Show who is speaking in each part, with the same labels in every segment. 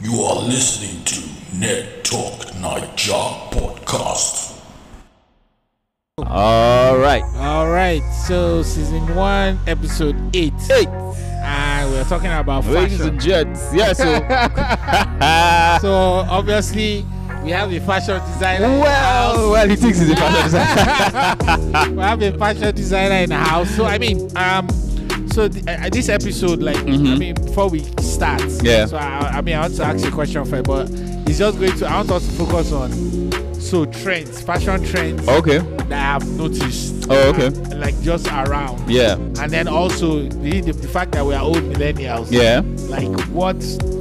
Speaker 1: You are listening to Net Talk Night Job Podcast.
Speaker 2: All right.
Speaker 3: All right, so season one, episode eight,
Speaker 2: Hey,
Speaker 3: and we're talking about
Speaker 2: ladies
Speaker 3: fashion.
Speaker 2: and gents. Yes. so.
Speaker 3: So obviously, we have a fashion designer. in the
Speaker 2: well,
Speaker 3: house.
Speaker 2: well, he thinks he's a fashion designer.
Speaker 3: we have a fashion designer in the house. So I mean, um, so th- uh, this episode, like, I
Speaker 2: Mhm.
Speaker 3: mean, before we start,
Speaker 2: Yeah.
Speaker 3: So I, I mean, I want to ask you a question first, but it's just going to. I want us to focus on so trends, fashion trends
Speaker 2: okay.
Speaker 3: that I've noticed.
Speaker 2: Oh, okay.
Speaker 3: uh, like just around.
Speaker 2: Yeah.
Speaker 3: and then also the, the, the fact that we are old millennials.
Speaker 2: Yeah.
Speaker 3: Like what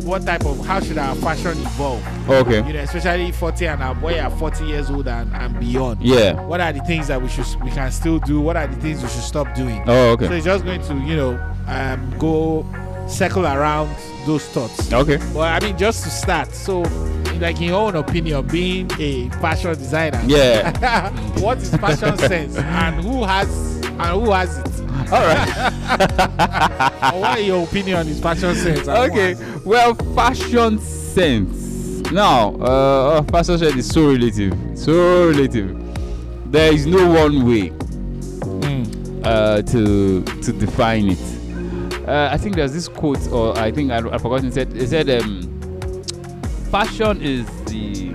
Speaker 3: what type of how should our fashion evolve? You
Speaker 2: Okay.
Speaker 3: know, especially 40 and up, where you are 40 years old and, and beyond.
Speaker 2: Yeah.
Speaker 3: What are the things that we should we can still do? What are the things we should stop doing?
Speaker 2: Oh,
Speaker 3: So
Speaker 2: okay.
Speaker 3: it's just going to you know um, go circle around those thoughts.
Speaker 2: Okay.
Speaker 3: But I mean, just to start, so like in your own opinion, being a fashion designer,
Speaker 2: Yeah.
Speaker 3: what is fashion sense and who has and who has it?
Speaker 2: All right.
Speaker 3: Or what in your opinion is fashion sense? and
Speaker 2: Okay.
Speaker 3: why?
Speaker 2: Well, fashion sense. Now, uh, fashion sense is so relative. So relative. There is no one way. uh, to to define it. Uh, I think there's this quote, or I think I, I forgot. It said, it said, um, "Fashion is the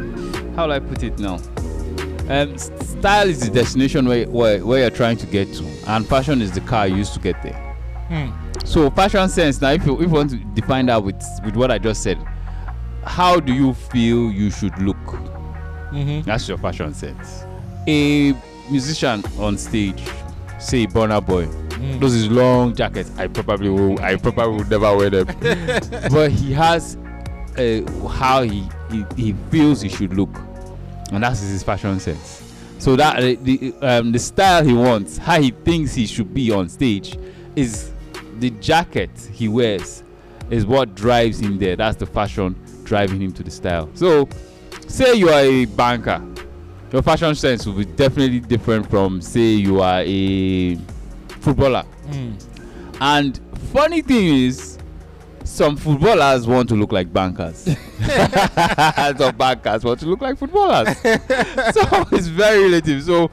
Speaker 2: how do I put it now? Um, s- style is the destination where, where where you're trying to get to, and fashion is the car you used to get there.
Speaker 3: Hmm.
Speaker 2: So fashion sense. Now, if you, if you want to define that with with what I just said, how do you feel you should look?
Speaker 3: Mm-hmm.
Speaker 2: That's your fashion sense. A musician on stage, say Burna Boy, those is long jackets. I probably will. I probably would never wear them. but he has uh, how he, he he feels he should look, and that's his fashion sense. So that uh, the um, the style he wants, how he thinks he should be on stage, is the jacket he wears is what drives him there. That's the fashion driving him to the style. So say you are a banker your fashion sense will be definitely different from say you are a footballer and funny thing is some footballers want to look like bankers some bankers want to look like footballers so it's very relative so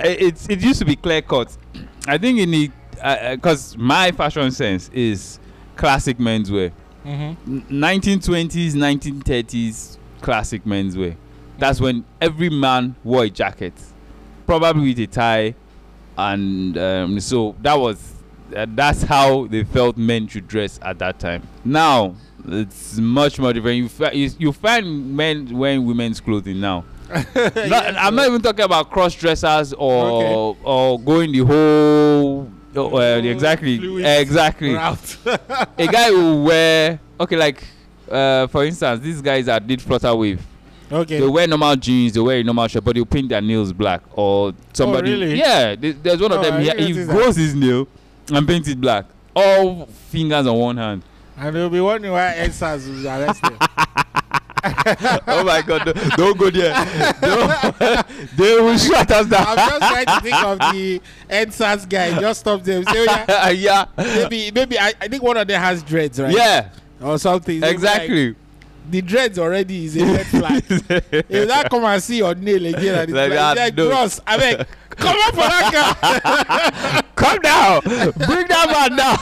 Speaker 2: i- it's it used to be clear cut i think in the because my fashion sense is classic menswear
Speaker 3: Mm-hmm.
Speaker 2: 1920s, 1930s classic menswear. That's when every man wore a jacket, probably with a tie, and um, so that was uh, that's how they felt men should dress at that time. Now it's much more different. You fi- you, you find men wearing women's clothing now. Not- I'm not even talking about cross dressers or
Speaker 3: Okay.
Speaker 2: or going the whole. Oh, uh, exactly,
Speaker 3: fluid
Speaker 2: exactly a guy will wear okay like uh, for instance these guys that did flutter wave
Speaker 3: okay.
Speaker 2: they wear normal jeans they wear a normal shirt but they'll paint their nails black or somebody
Speaker 3: Oh, really?
Speaker 2: yeah th- there's one
Speaker 3: Oh,
Speaker 2: of them
Speaker 3: I
Speaker 2: he,
Speaker 3: didn't
Speaker 2: he
Speaker 3: notice that.
Speaker 2: grows his nail and paints it black all fingers on one hand
Speaker 3: and they'll be wondering why NSAS was arrested.
Speaker 2: oh my god don't, don't go there Don't- they will shut us
Speaker 3: I'm
Speaker 2: down
Speaker 3: just trying to think of the NSAS guy. Just stop them. Say, "Oh, yeah,
Speaker 2: yeah
Speaker 3: maybe, maybe I, I think one of them has dreads, right?
Speaker 2: yeah
Speaker 3: Or something. They'll be Like,
Speaker 2: exactly
Speaker 3: the dreads already is a red flag. If that come and see your nail again, and it's
Speaker 2: Like
Speaker 3: like,
Speaker 2: that,
Speaker 3: it's like
Speaker 2: no.
Speaker 3: gross. I mean, come up for that guy.
Speaker 2: come down bring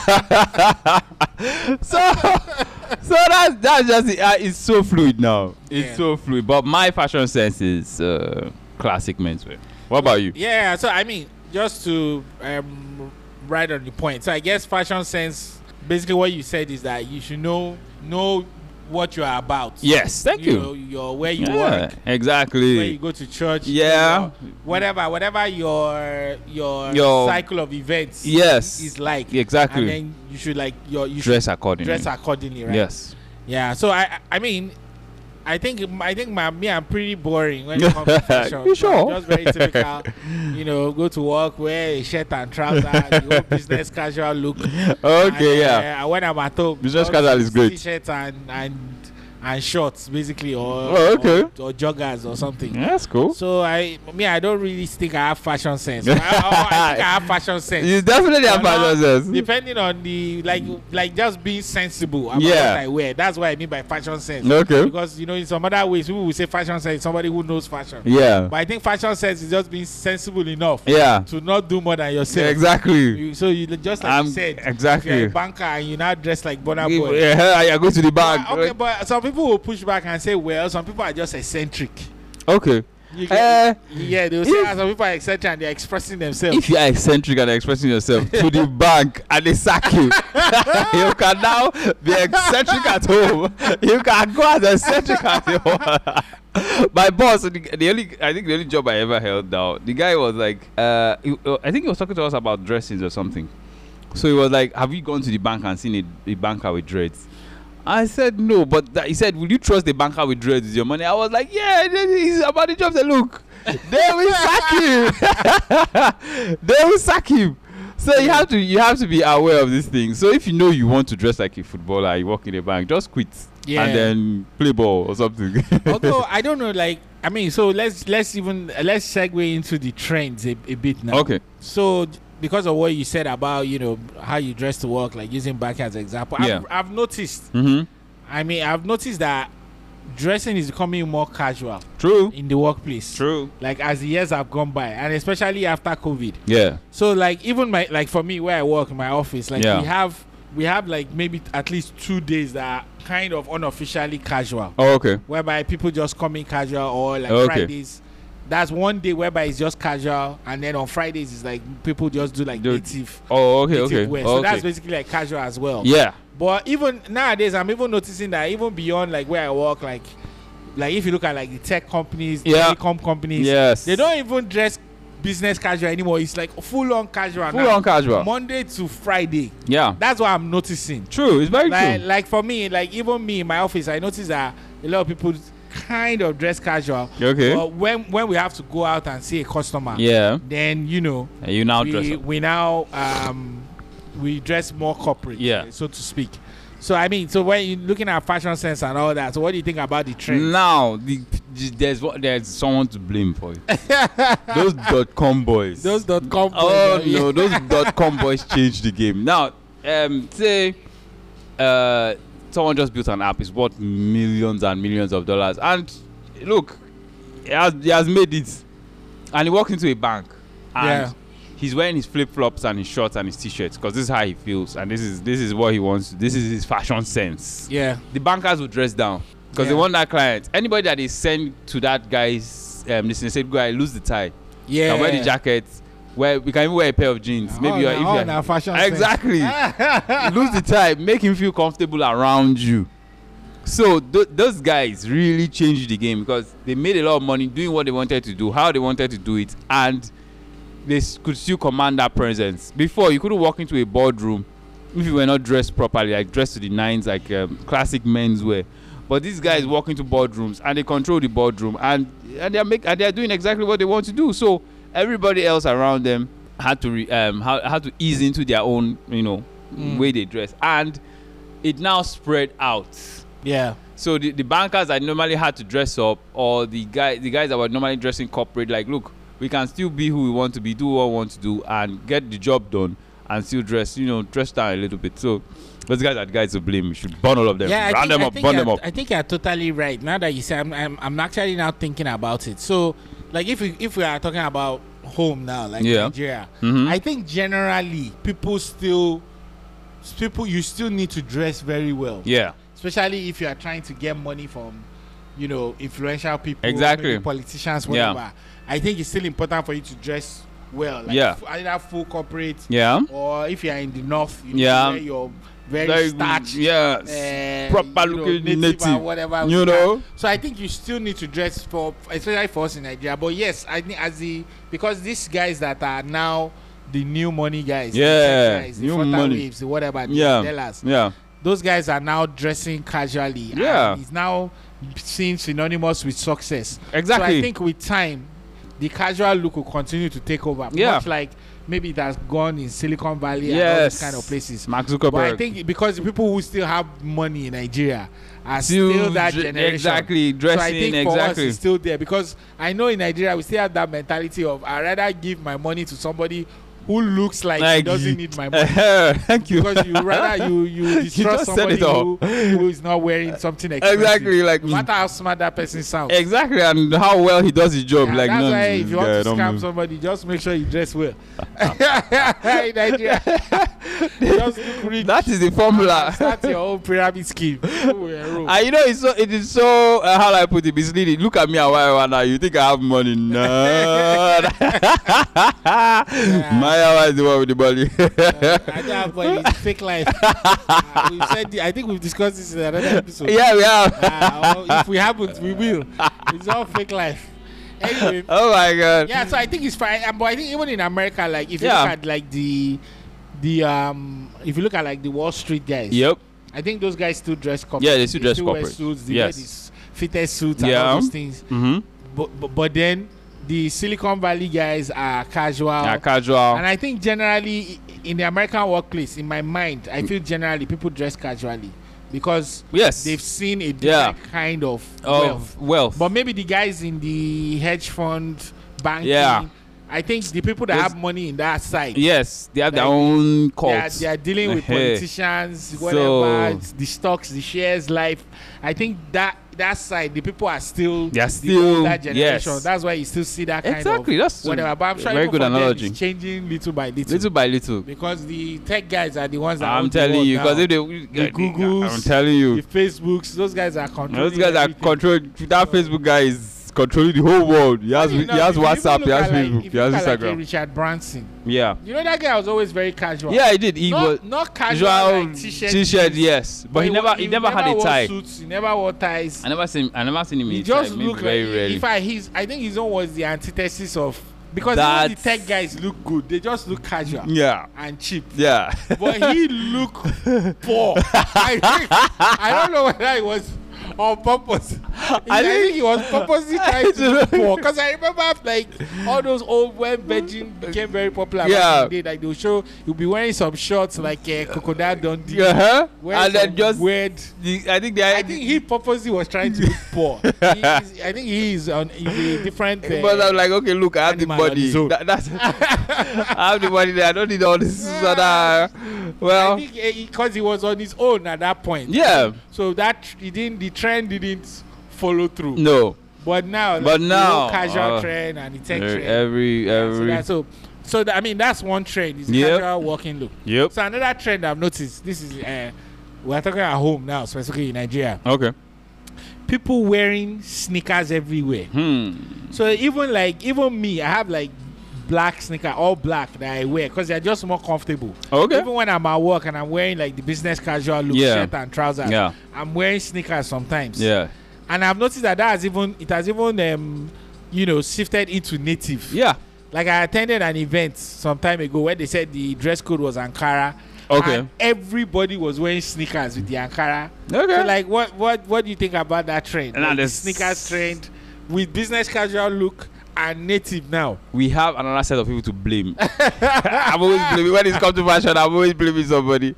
Speaker 2: that man down so so that's that's just it uh, it's so fluid now it's
Speaker 3: Yeah.
Speaker 2: so fluid but my fashion sense is uh, classic menswear what about you
Speaker 3: Yeah, so I mean, just to um, right on the point. So I guess fashion sense, basically, what you said is that you should know know what you are about.
Speaker 2: yes thank
Speaker 3: you. Know,
Speaker 2: you,
Speaker 3: your where you
Speaker 2: yeah,
Speaker 3: work, where you
Speaker 2: exactly
Speaker 3: go to church.
Speaker 2: Yeah.
Speaker 3: you know, whatever, whatever your your,
Speaker 2: Your-
Speaker 3: cycle of events.
Speaker 2: Yes.
Speaker 3: is like
Speaker 2: Exactly.
Speaker 3: And then you should like your you
Speaker 2: dress
Speaker 3: should
Speaker 2: accordingly
Speaker 3: dress accordingly, right?
Speaker 2: yes
Speaker 3: Yeah. So I I mean. I think I think my me I'm pretty boring when it comes to fashion.
Speaker 2: You sure?
Speaker 3: Just very typical, you know. Go to work, wear a shirt and trouser, the whole business casual look.
Speaker 2: okay
Speaker 3: And,
Speaker 2: yeah
Speaker 3: uh, when I'm at home,
Speaker 2: Business
Speaker 3: just
Speaker 2: casual is great.
Speaker 3: T-shirt and and and shorts basically or
Speaker 2: Oh, okay.
Speaker 3: or, or joggers or something.
Speaker 2: Yeah, that's cool.
Speaker 3: So I me I don't really think I have fashion sense. I, I, I think I have fashion sense.
Speaker 2: You definitely have
Speaker 3: But now,
Speaker 2: fashion sense.
Speaker 3: Depending on the like like just being sensible about
Speaker 2: Yeah.
Speaker 3: what I wear. That's what I mean by fashion sense.
Speaker 2: Okay.
Speaker 3: Because you know in some other ways people will say fashion sense is somebody who knows fashion.
Speaker 2: Yeah.
Speaker 3: But I think fashion sense is just being sensible enough
Speaker 2: Yeah.
Speaker 3: to not do more than yourself.
Speaker 2: Exactly.
Speaker 3: You- so you just like
Speaker 2: I'm-
Speaker 3: you said, if you're
Speaker 2: exactly.
Speaker 3: a banker and you now dress like Bonner Boy.
Speaker 2: Yeah, I I go to the
Speaker 3: But-
Speaker 2: bag.
Speaker 3: okay, but some people will push back and say, well, some people are just eccentric.
Speaker 2: Okay.
Speaker 3: You
Speaker 2: Eh,
Speaker 3: yeah, they'll say
Speaker 2: if-
Speaker 3: "Ah, some people are eccentric and they're expressing themselves.
Speaker 2: If you are eccentric and expressing yourself to the bank and they sack you, you can now be eccentric at home. You can go as eccentric as you want. My boss, the, the only I think the only job I ever held down, the guy was like, uh, he- uh, I think he was talking to us about dressings or something. So he was like, "Have you gone to the bank and seen a, a banker with dreads?" I said no, but that, he said, "Will you trust the banker with dreads with your money?" I was like, "Yeah, then he's about the job." Say, "Look, they will sack him. they will sack him." So you have to you have to be aware of these things. So if you know you want to dress like a footballer, you work in a bank, just quit
Speaker 3: Yeah.
Speaker 2: and then play ball or something.
Speaker 3: Although I don't know, like I mean, so let's let's even let's segue into the trends a, a bit now.
Speaker 2: okay,
Speaker 3: So because of what you said about you know how you dress to work, like using back as an example,
Speaker 2: Yeah.
Speaker 3: I've, I've noticed.
Speaker 2: mm-hmm.
Speaker 3: I mean, I've noticed that dressing is becoming more casual
Speaker 2: true,
Speaker 3: in the workplace.
Speaker 2: true.
Speaker 3: Like as the years have gone by, and especially after COVID.
Speaker 2: Yeah,
Speaker 3: So like even my like for me where I work in my office, like
Speaker 2: Yeah.
Speaker 3: we have we have like maybe at least two days that are kind of unofficially casual,
Speaker 2: oh, okay,
Speaker 3: whereby people just come in casual or like
Speaker 2: Okay.
Speaker 3: Fridays. That's one day whereby it's just casual, and then on Fridays it's like people just do like
Speaker 2: Do-
Speaker 3: native,
Speaker 2: oh, okay,
Speaker 3: native
Speaker 2: okay,
Speaker 3: wear. So
Speaker 2: okay.
Speaker 3: that's basically like casual as well.
Speaker 2: yeah,
Speaker 3: But even nowadays, I'm even noticing that even beyond like where I work, like like if you look at like the tech companies,
Speaker 2: Yeah.
Speaker 3: telecom companies,
Speaker 2: yes.
Speaker 3: they don't even dress business casual anymore. It's like full on casual
Speaker 2: full
Speaker 3: now.
Speaker 2: on casual.
Speaker 3: Monday to Friday.
Speaker 2: Yeah.
Speaker 3: That's what I'm noticing.
Speaker 2: True. It's very
Speaker 3: Like,
Speaker 2: true.
Speaker 3: like for me, like even me in my office, I notice that a lot of people kind of dress casual.
Speaker 2: Okay.
Speaker 3: But when when we have to go out and see a customer,
Speaker 2: yeah.
Speaker 3: then you know
Speaker 2: And you now dress
Speaker 3: we,
Speaker 2: up.
Speaker 3: we now um we dress more corporate,
Speaker 2: Yeah.
Speaker 3: so to speak. So I mean, so when you're looking at fashion sense and all that, so what do you think about the trend?
Speaker 2: Now the, the- there's what there's someone to blame for it. those dot com boys.
Speaker 3: Those dot com.
Speaker 2: oh no, those dot com boys changed the game. Now, um, say, uh, someone just built an app. It's worth millions and millions of dollars. And look, he has, he has made it, and he walked into a bank. And
Speaker 3: Yeah.
Speaker 2: He's wearing his flip flops and his shorts and his t-shirts because this is how he feels and this is this is what he wants. This is his fashion sense
Speaker 3: Yeah.
Speaker 2: the bankers will dress down because they
Speaker 3: Yeah.
Speaker 2: want that client. Anybody that they send to that guy's um, listen, said guy lose the tie,
Speaker 3: Yeah.
Speaker 2: can wear the jacket. Wear we can even wear a pair of jeans. Maybe
Speaker 3: All
Speaker 2: you're,
Speaker 3: na-
Speaker 2: if
Speaker 3: all
Speaker 2: you're
Speaker 3: na oh, fashion sense.
Speaker 2: exactly lose the tie, make him feel comfortable around you. So th- those guys really changed the game because they made a lot of money doing what they wanted to do, how they wanted to do it, and they s- could still command that presence. Before you couldn't walk into a boardroom if you were not dressed properly, like dressed to the nines, like um, classic men's wear. But these guys walk into boardrooms and they control the boardroom and and they are make and they are doing exactly what they want to do. So everybody else around them had to re, um had, had to ease into their own you know way they dress and it now spread out.
Speaker 3: Yeah.
Speaker 2: So the, the bankers that normally had to dress up, or the guy the guys that were normally dressing corporate, like look, we can still be who we want to be, do what we want to do, and get the job done, and still dress, you know, dress down a little bit. So those guys are the guys to blame. We should burn all of them,
Speaker 3: Yeah,
Speaker 2: round them
Speaker 3: I
Speaker 2: up, burn
Speaker 3: you're-
Speaker 2: them up.
Speaker 3: I think you're totally right. Now that you say, I'm, I'm, I'm actually now thinking about it. So, like, if we if we are talking about home now, like
Speaker 2: Yeah.
Speaker 3: Nigeria,
Speaker 2: Mhm.
Speaker 3: I think generally people still people you still need to dress very well,
Speaker 2: yeah,
Speaker 3: especially if you are trying to get money from, you know, influential people,
Speaker 2: Exactly.
Speaker 3: maybe politicians,
Speaker 2: Yeah.
Speaker 3: whatever. I think it's still important for you to dress well. Like
Speaker 2: Yeah.
Speaker 3: f- either full corporate
Speaker 2: yeah,
Speaker 3: or if you are in the north, you
Speaker 2: Yeah.
Speaker 3: know, wear your very, starched
Speaker 2: yes,
Speaker 3: uh,
Speaker 2: Proper
Speaker 3: you know,
Speaker 2: looking
Speaker 3: native,
Speaker 2: native,
Speaker 3: or whatever.
Speaker 2: you
Speaker 3: we
Speaker 2: know?
Speaker 3: have. So I think you still need to dress for, especially for us in Nigeria. But yes, I think as the because these guys that are now the new money guys, the
Speaker 2: Yeah,
Speaker 3: tech guys, the
Speaker 2: new
Speaker 3: Fanta
Speaker 2: money.
Speaker 3: waves, the whatever, the
Speaker 2: yeah,
Speaker 3: Dellas,
Speaker 2: yeah,
Speaker 3: those guys are now dressing casually.
Speaker 2: Yeah.
Speaker 3: and it's now seen synonymous with success. So
Speaker 2: Exactly.
Speaker 3: I think with time, the casual look will continue to take over.
Speaker 2: Yeah.
Speaker 3: much like maybe that's gone in Silicon Valley and all
Speaker 2: yes,
Speaker 3: these kind of places.
Speaker 2: Mark
Speaker 3: But
Speaker 2: Zuckerberg.
Speaker 3: I think because the people who still have money in Nigeria are
Speaker 2: Still
Speaker 3: still, that
Speaker 2: dre-
Speaker 3: generation.
Speaker 2: exactly,
Speaker 3: so I
Speaker 2: dressing,
Speaker 3: think for
Speaker 2: exactly.
Speaker 3: us it's still there because I know in Nigeria we still have that mentality of I rather give my money to somebody who looks like, he doesn't need my money.
Speaker 2: Thank you.
Speaker 3: because you rather you you
Speaker 2: just
Speaker 3: distrust
Speaker 2: said
Speaker 3: somebody
Speaker 2: it all.
Speaker 3: who, who is not wearing something expensive.
Speaker 2: Exactly, Mm. like-
Speaker 3: no matter how smart that person sounds.
Speaker 2: exactly, and how well he does his job.
Speaker 3: Yeah,
Speaker 2: like
Speaker 3: that's
Speaker 2: no,
Speaker 3: why
Speaker 2: this
Speaker 3: if you want
Speaker 2: guy
Speaker 3: to
Speaker 2: don't
Speaker 3: scam
Speaker 2: move.
Speaker 3: somebody, just make sure you dress well. In Nigeria, just look rich.
Speaker 2: that is the
Speaker 3: and
Speaker 2: formula.
Speaker 3: Start your own pyramid scheme. People will enroll.
Speaker 2: And you know, it's so it is so uh, how do I put it misleading. Look at me and why why now you think I have money? No, my Yawa is the one with the money.
Speaker 3: I don't have money. It's fake life. Uh, we've said. The, I think we've discussed this in another episode.
Speaker 2: yeah, we have.
Speaker 3: Uh, or if we haven't, we will. It's all fake life. Anyway,
Speaker 2: oh my god.
Speaker 3: yeah so i think it's fine Um, but i think even in america like if
Speaker 2: Yeah.
Speaker 3: you look at like the the um if you look at like the wall street guys
Speaker 2: Yep.
Speaker 3: i think those guys still dress corporate
Speaker 2: Yeah, they still dress
Speaker 3: wear
Speaker 2: corporate.
Speaker 3: suits they
Speaker 2: Yes.
Speaker 3: wear these fitted suits and
Speaker 2: Yeah.
Speaker 3: all those things
Speaker 2: Mm-hmm.
Speaker 3: but, but but then the silicon valley guys are casual
Speaker 2: Yeah, casual.
Speaker 3: Oh. and i think generally i- in the american workplace in my mind i feel generally people dress casually because
Speaker 2: Yes.
Speaker 3: they've seen a different
Speaker 2: Yeah.
Speaker 3: kind of wealth
Speaker 2: Of wealth.
Speaker 3: but maybe the guys in the hedge fund, banking,
Speaker 2: Yeah.
Speaker 3: I think the people that
Speaker 2: Those-
Speaker 3: have money in that side,
Speaker 2: yes, they have their
Speaker 3: Like,
Speaker 2: own
Speaker 3: they, are,
Speaker 2: cult.
Speaker 3: they are dealing with
Speaker 2: Ehe.
Speaker 3: politicians,
Speaker 2: So-
Speaker 3: whatever, it's the stocks, the shares, life. I think that that side, the people are still,
Speaker 2: They are
Speaker 3: the
Speaker 2: still-
Speaker 3: older generation.
Speaker 2: yes.
Speaker 3: That's why you still see that kind
Speaker 2: Exactly,
Speaker 3: of
Speaker 2: that's
Speaker 3: whatever. But I'm
Speaker 2: a
Speaker 3: sure
Speaker 2: very
Speaker 3: even
Speaker 2: good
Speaker 3: for them,
Speaker 2: analogy.
Speaker 3: it's changing little by little,
Speaker 2: little by little.
Speaker 3: because the tech guys are the ones that
Speaker 2: I'm
Speaker 3: own the
Speaker 2: telling
Speaker 3: world
Speaker 2: you, because
Speaker 3: now.
Speaker 2: if they,
Speaker 3: the Googles,
Speaker 2: I'm telling you,
Speaker 3: the Facebooks, those guys are controlling.
Speaker 2: those guys are
Speaker 3: everything.
Speaker 2: controlling. That Facebook guy is controlling the whole world. He has,
Speaker 3: Funny
Speaker 2: he
Speaker 3: enough,
Speaker 2: has
Speaker 3: if you even
Speaker 2: WhatsApp,
Speaker 3: look
Speaker 2: he has
Speaker 3: at, like,
Speaker 2: Facebook,
Speaker 3: if
Speaker 2: he
Speaker 3: you
Speaker 2: has
Speaker 3: look at, like, a
Speaker 2: Instagram.
Speaker 3: Richard Branson.
Speaker 2: Yeah,
Speaker 3: You know that guy was always very casual.
Speaker 2: yeah, he did. He was
Speaker 3: not, not casual
Speaker 2: usual
Speaker 3: like t-shirt.
Speaker 2: t-shirt, yes, but he
Speaker 3: wa-
Speaker 2: never, he never had a
Speaker 3: wore
Speaker 2: tie.
Speaker 3: Suits, he never wore ties.
Speaker 2: I never seen, I never seen him in
Speaker 3: He
Speaker 2: a tie.
Speaker 3: just
Speaker 2: Maybe
Speaker 3: looked
Speaker 2: very
Speaker 3: like.
Speaker 2: rarely.
Speaker 3: In fact, he's. I think his own was the antithesis of because even
Speaker 2: That's-
Speaker 3: the tech guys look good. They just look casual
Speaker 2: Yeah,
Speaker 3: and cheap.
Speaker 2: yeah.
Speaker 3: But he look poor. I, think, I don't know whether it was on purpose. I,
Speaker 2: think-
Speaker 3: think he was purposely
Speaker 2: I
Speaker 3: trying to
Speaker 2: don't
Speaker 3: look
Speaker 2: know.
Speaker 3: poor. Because I remember like all those old when Virgin became very popular. back
Speaker 2: Yeah.
Speaker 3: in the day, like they'll show you'll be wearing some shorts like a uh, crocodile Dundee.
Speaker 2: uh-huh.
Speaker 3: wearing
Speaker 2: And then
Speaker 3: some
Speaker 2: just,
Speaker 3: weird.
Speaker 2: the, I think they,
Speaker 3: I think he purposely was trying to look poor. He is, I think he is on he's a different. Uh,
Speaker 2: But I'm like, okay, look, I have the
Speaker 3: animal on
Speaker 2: body.
Speaker 3: his own.
Speaker 2: That, that's, I have the body there. I don't need all this other.
Speaker 3: I
Speaker 2: Well,
Speaker 3: think because he was on his own at that point.
Speaker 2: yeah,
Speaker 3: So that tr- it didn't the trend didn't follow through.
Speaker 2: no.
Speaker 3: But now,
Speaker 2: But
Speaker 3: the
Speaker 2: now,
Speaker 3: whole casual
Speaker 2: uh,
Speaker 3: trend and the tech
Speaker 2: Every,
Speaker 3: trend.
Speaker 2: every,
Speaker 3: so, that, so, so that, I mean that's one trend is
Speaker 2: Yep.
Speaker 3: casual walking look.
Speaker 2: yep.
Speaker 3: So another trend I've noticed. This is uh, we're talking at home now, specifically in Nigeria.
Speaker 2: Okay.
Speaker 3: People wearing sneakers everywhere.
Speaker 2: Hmm.
Speaker 3: So even like even me, I have like black sneaker, all black that I wear because they're just more comfortable.
Speaker 2: Okay.
Speaker 3: Even when I'm at work and I'm wearing like the business casual look
Speaker 2: Yeah.
Speaker 3: shirt and trousers,
Speaker 2: Yeah.
Speaker 3: I'm wearing sneakers sometimes.
Speaker 2: Yeah.
Speaker 3: and I've noticed that that has even it has even um, you know shifted into native.
Speaker 2: Yeah.
Speaker 3: Like I attended an event some time ago where they said the dress code was Ankara.
Speaker 2: Okay.
Speaker 3: and everybody was wearing sneakers with the Ankara.
Speaker 2: Okay.
Speaker 3: So like, what what what do you think about that trend?
Speaker 2: And now
Speaker 3: Like, the
Speaker 2: there's-
Speaker 3: sneakers trend with business casual look and native now.
Speaker 2: we have another set of people to blame. I'm always blaming when it's come to fashion. I'm always blaming somebody.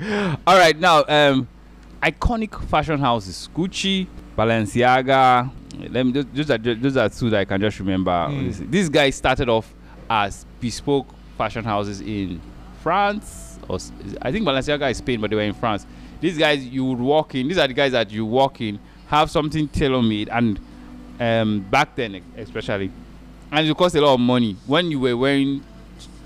Speaker 2: All right, now um, iconic fashion houses: Gucci, Balenciaga. Let me those- those are ju- those are two that I can just remember. These guys started off as bespoke fashion houses in France, or s- I think Balenciaga is Spain, but they were in France. These guys you would walk in. These are the guys that you walk in, have something tailor made, and um, back then especially and it cost a lot of money when you were wearing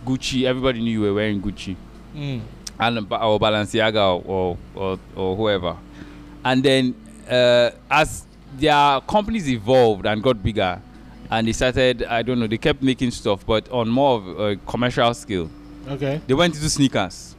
Speaker 2: gucci everybody knew you were wearing gucci and Ba- or balenciaga or or, or whoever and then uh, as their companies evolved and got bigger and they started i don't know they kept making stuff but on more of a commercial scale
Speaker 3: Okay.
Speaker 2: they went into sneakers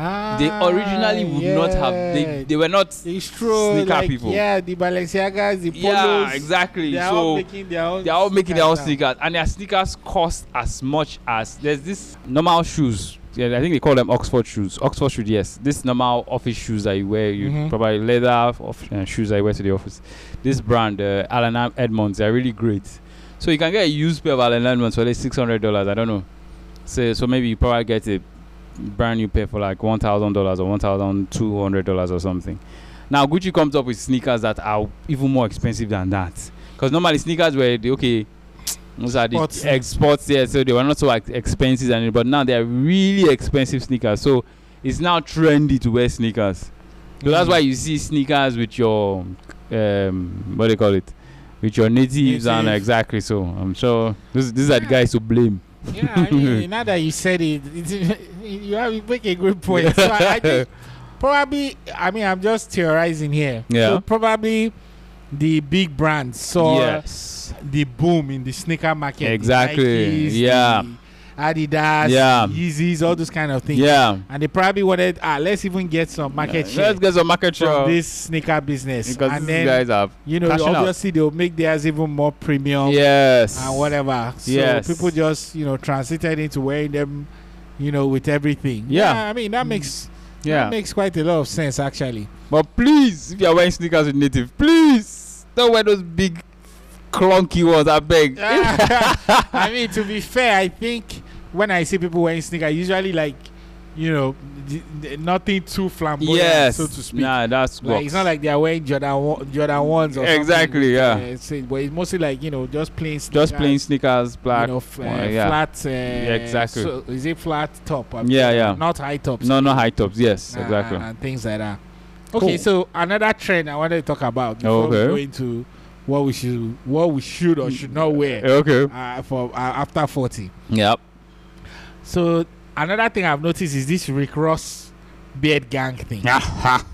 Speaker 3: Ah,
Speaker 2: they originally would not have they, they were not
Speaker 3: it's true.
Speaker 2: sneaker
Speaker 3: like,
Speaker 2: people.
Speaker 3: Yeah, the Balenciagas, the polos.
Speaker 2: yeah exactly
Speaker 3: They are
Speaker 2: so
Speaker 3: all making their own.
Speaker 2: they are all making their own
Speaker 3: now.
Speaker 2: sneakers and their sneakers cost as much as there's this normal shoes yeah i think they call them oxford shoes oxford shoes yes this normal office shoes that you wear you
Speaker 3: Mhm.
Speaker 2: probably leather of, uh, shoes that you wear to the office this brand uh, alan Am- edmonds they're really great so you can get a used pair of alan edmonds for like 600 dollars i don't know so so maybe you probably get a brand new pair for like one thousand dollars or one thousand two hundred dollars or something Now Gucci comes up with sneakers that are even more expensive than that. Because normally sneakers were the okay, those are the
Speaker 3: Sports.
Speaker 2: exports yeah, so they were not so like, expensive and but now they are really expensive sneakers. So it's now trendy to wear sneakers. So that's
Speaker 3: Mhm.
Speaker 2: why you see sneakers with your um what do you call it? With your natives and
Speaker 3: Native.
Speaker 2: exactly so I'm sure this, these are the guys to blame.
Speaker 3: Yeah, I mean, now that you said it, it's, you have you make a good point. So I, I think probably, I mean, I'm just theorizing here.
Speaker 2: Yeah.
Speaker 3: So probably the big brands saw
Speaker 2: yes.
Speaker 3: the boom in the sneaker market. the
Speaker 2: Exactly.
Speaker 3: Nikes,
Speaker 2: Yeah.
Speaker 3: the Adidas.
Speaker 2: Yeah.
Speaker 3: Yeezys, all those kind of things.
Speaker 2: Yeah.
Speaker 3: And they probably wanted, ah, let's even get some market share
Speaker 2: Let's get some market share.
Speaker 3: from this sneaker business.
Speaker 2: because
Speaker 3: and
Speaker 2: these
Speaker 3: then,
Speaker 2: guys have
Speaker 3: you know,
Speaker 2: cashing out.
Speaker 3: obviously they'll make theirs even more premium.
Speaker 2: yes
Speaker 3: and whatever. So
Speaker 2: Yes.
Speaker 3: people just, you know, transited into wearing them, you know, with everything.
Speaker 2: Yeah. Mm.
Speaker 3: I mean, that makes that
Speaker 2: Yeah,
Speaker 3: makes quite a lot of sense actually.
Speaker 2: but please, if you are wearing sneakers with native, please don't wear those big clunky ones. I beg.
Speaker 3: I mean, to be fair, I think when I see people wearing sneakers, usually like, you know, d- d- nothing too flamboyant,
Speaker 2: yes,
Speaker 3: so to speak.
Speaker 2: Nah, that's
Speaker 3: Like, it's not like they are wearing Jordan one, Jordan ones or something.
Speaker 2: Exactly, yeah.
Speaker 3: Uh, it's, but it's mostly like you know just plain
Speaker 2: just
Speaker 3: sneakers,
Speaker 2: plain sneakers,
Speaker 3: you
Speaker 2: black.
Speaker 3: know, f- uh,
Speaker 2: one, yeah.
Speaker 3: flat. Uh,
Speaker 2: exactly.
Speaker 3: So is it flat top? I
Speaker 2: Yeah, yeah.
Speaker 3: Not high tops.
Speaker 2: no, no high tops. Yes,
Speaker 3: and-
Speaker 2: exactly.
Speaker 3: and things like that. Okay,
Speaker 2: Cool.
Speaker 3: so another trend I wanted to talk about before we
Speaker 2: Okay.
Speaker 3: go into what we should, what we should or should not wear
Speaker 2: Eh, Okay.
Speaker 3: uh, for uh, after forty.
Speaker 2: Yep.
Speaker 3: So another thing I've noticed is this Rick Ross beard gang thing.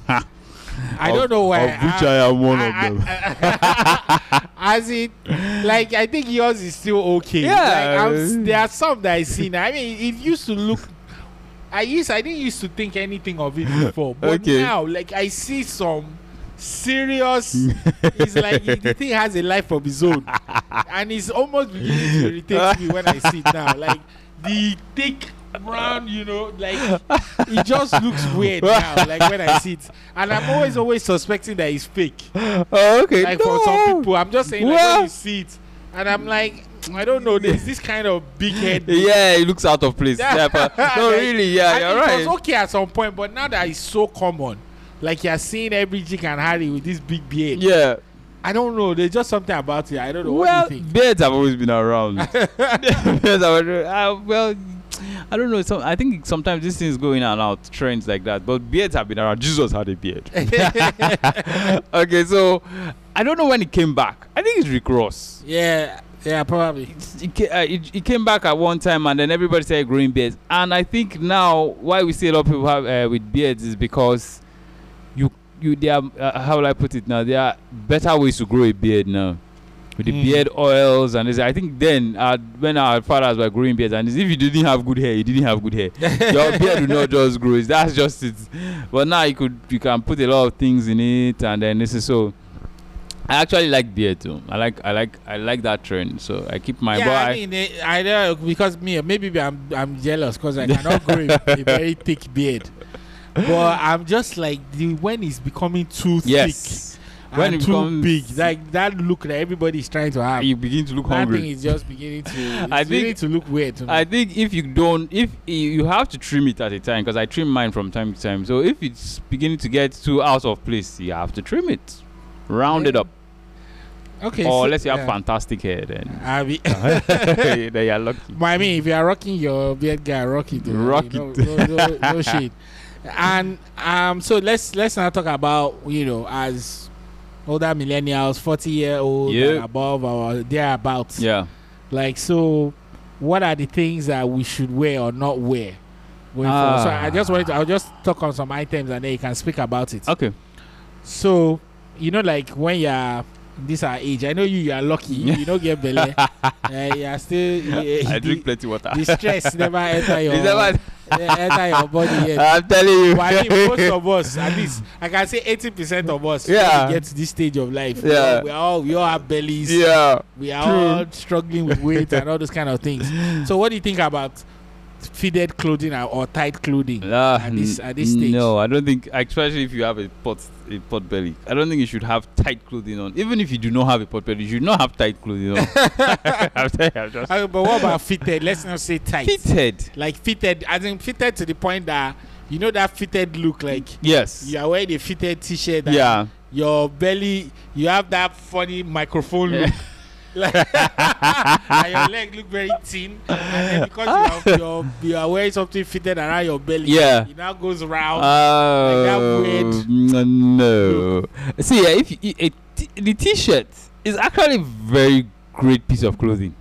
Speaker 3: I
Speaker 2: Of-
Speaker 3: don't know why.
Speaker 2: of which I am one of them.
Speaker 3: as it, like I think yours is still okay.
Speaker 2: Yeah.
Speaker 3: Like, I'm s- there are some that I seen. I mean, it used to look. I used I didn't used to think anything of it before, but
Speaker 2: Okay.
Speaker 3: now like I see some serious. it's like it- the thing has a life of its own, and it's almost beginning to irritate me when I see it now. Like the thick brown, you know, like it just looks weird now. Like when I see it, and I'm always always suspecting that it's fake
Speaker 2: Oh, okay.
Speaker 3: like for some
Speaker 2: No.
Speaker 3: people. I'm just saying like
Speaker 2: Well-
Speaker 3: when you see it, and I'm like, "Mm, I don't know. There's this kind of big head.
Speaker 2: Yeah, it looks out of place. Yeah, but no,
Speaker 3: Like,
Speaker 2: really. Yeah,
Speaker 3: and
Speaker 2: you're
Speaker 3: it
Speaker 2: right.
Speaker 3: was okay at some point, but now that it's so common, like you're seeing every chick and Harry with this big beard.
Speaker 2: Yeah.
Speaker 3: I don't know. There's just something about it. I don't know.
Speaker 2: well,
Speaker 3: what do you think?
Speaker 2: beards have always been around. beards have, always- uh, well, I don't know. Some, I think sometimes these things go in and out, trends like that. But beards have been around. Jesus had a beard. okay, so I don't know when it came back. I think it's Rick Ross.
Speaker 3: Yeah, yeah, probably.
Speaker 2: It's- It, ca- uh, it, it came back at one time, and then everybody started growing beards. And I think now why we see a lot of people have uh, with beards is because you you they are uh, how will I put it now? There are better ways to grow a beard now with the
Speaker 3: Mm.
Speaker 2: beard oils and this. I think then uh, when our fathers were growing beards, and if you didn't have good hair, you didn't have good hair. Your beard will not just grow. It's- That's just it. But now you could you can put a lot of things in it, and then this is so. I actually like beard too. I like I like I like that trend. So I keep my
Speaker 3: yeah,
Speaker 2: boy.
Speaker 3: I mean, eh, I know because me, maybe I'm I'm jealous because I cannot grow a, a very thick beard, but I'm just like the when it's becoming too thick.
Speaker 2: yes.
Speaker 3: when
Speaker 2: it
Speaker 3: too
Speaker 2: becomes-
Speaker 3: big, like that look that everybody is trying to have.
Speaker 2: You begin to look
Speaker 3: That
Speaker 2: hungry.
Speaker 3: thing is just beginning to. It's
Speaker 2: I
Speaker 3: I
Speaker 2: think-
Speaker 3: beginning to look weird. To me.
Speaker 2: I think if you don't, if you you have to trim it at a time, because I trim mine from time to time. So if it's beginning to get too out of place, you have to trim it, round it up,
Speaker 3: okay.
Speaker 2: or
Speaker 3: so-
Speaker 2: unless you have
Speaker 3: yeah.
Speaker 2: fantastic hair, then
Speaker 3: I mean,
Speaker 2: Uh-huh. then you're lucky.
Speaker 3: but I mean, if you are rocking your beard, guy, rock it. though. I
Speaker 2: Rock
Speaker 3: mean, No, no, no, no shade. And um, so let's let's now talk about you know as older millennials, forty year old
Speaker 2: Yeah.
Speaker 3: and above or thereabouts.
Speaker 2: Yeah.
Speaker 3: Like so, what are the things that we should wear or not wear? Going forward?
Speaker 2: Ah.
Speaker 3: So I just wanted to, I'll just talk on some items and then you can speak about it.
Speaker 2: Okay.
Speaker 3: So, you know, like when you're this our age, I know you, you are lucky. You don't get belly. uh, you are still. eh,
Speaker 2: I
Speaker 3: the,
Speaker 2: drink plenty water.
Speaker 3: the stress never enter your,
Speaker 2: Is that what-
Speaker 3: eh, enter your body yet.
Speaker 2: I'm telling you.
Speaker 3: But I mean, most of us, at least, I can say 80% of us, when
Speaker 2: Yeah.
Speaker 3: we get to this stage of life.
Speaker 2: Yeah.
Speaker 3: We, all, we all have bellies.
Speaker 2: yeah.
Speaker 3: We are
Speaker 2: True.
Speaker 3: all struggling with weight and all those kind of things. So, what do you think about fitted clothing or, or tight clothing?
Speaker 2: Uh,
Speaker 3: At this- at this stage.
Speaker 2: No, I don't think, especially if you have a pot, a pot belly. I don't think you should have tight clothing on. Even if you do not have a pot belly, you should not have tight clothing on. I'm telling you, I'm just
Speaker 3: Uh, but what about fitted? Let's not say tight.
Speaker 2: fitted.
Speaker 3: like fitted as in fitted to the point that you know that fitted look like
Speaker 2: Yes.
Speaker 3: you are wearing a fitted t-shirt and
Speaker 2: Yeah.
Speaker 3: your belly you have that funny microphone look like and your leg look very thin and then because you are, you're, you are wearing something fitted around your belly
Speaker 2: Yeah. Uh,
Speaker 3: it now goes round
Speaker 2: Oh,
Speaker 3: weird
Speaker 2: n- no. See, yeah, if you, a t- the t-shirt is actually a very great piece of clothing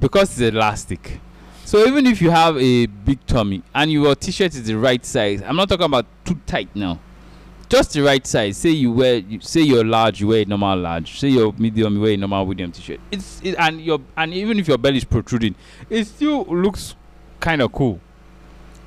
Speaker 2: because it's elastic. So even if you have a big tummy and your t-shirt is the right size, I'm not talking about too tight now. Just the right size. Say you wear, you, say you're large, you wear a normal large. Say you're medium, you wear a normal medium t-shirt. It's it, and your and even if your belly is protruding, it still looks kind of cool.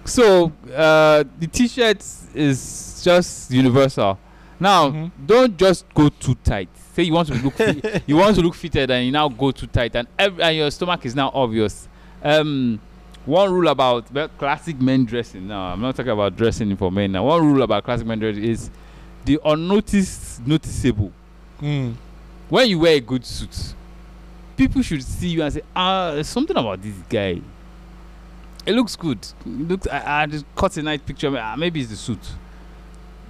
Speaker 2: So uh, the t-shirt is just universal. Now,
Speaker 3: Mhm.
Speaker 2: don't just go too tight. Say you want to look, fit, you want to look fitted, and you now go too tight, and ev- and your stomach is now obvious. Um, one rule about well, classic men dressing. Now, I'm not talking about dressing for men. Now, one rule about classic men dressing is the unnoticed noticeable.
Speaker 3: Mm.
Speaker 2: When you wear a good suit, people should see you and say, "Ah, there's something about this guy. It looks good. It looks. I, I just caught a nice picture. Ah, Maybe it's the suit.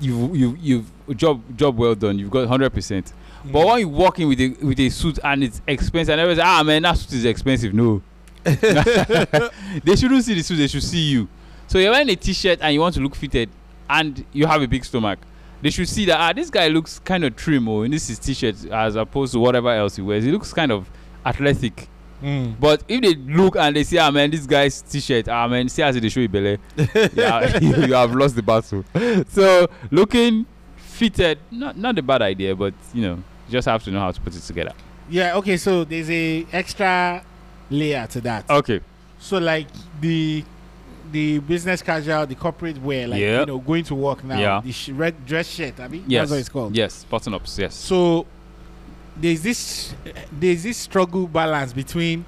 Speaker 2: You, you, you've job, job well done. You've got hundred percent." But when you walk in with a with a suit and it's expensive, and everyone say, ah man, that suit is expensive. No, they shouldn't see the suit; they should see you. So you're wearing a t-shirt and you want to look fitted, and you have a big stomach. They should see that ah this guy looks kind of trim or in this is t-shirt as opposed to whatever else he wears. He looks kind of athletic.
Speaker 3: Mm.
Speaker 2: But if they look and they see ah man this guy's t-shirt ah man see as they show you belle, yeah, you, you have lost the battle. So looking fitted, not not a bad idea, but you know you just have to know how to put it together.
Speaker 3: yeah okay so there's a extra layer to that
Speaker 2: Okay.
Speaker 3: so like the the business casual the corporate wear like
Speaker 2: Yeah.
Speaker 3: you know going to work now
Speaker 2: Yeah.
Speaker 3: the sh- red dress shirt i mean
Speaker 2: Yes.
Speaker 3: that's what it's called
Speaker 2: Yes, button ups. Yes.
Speaker 3: so there's this there's this struggle balance between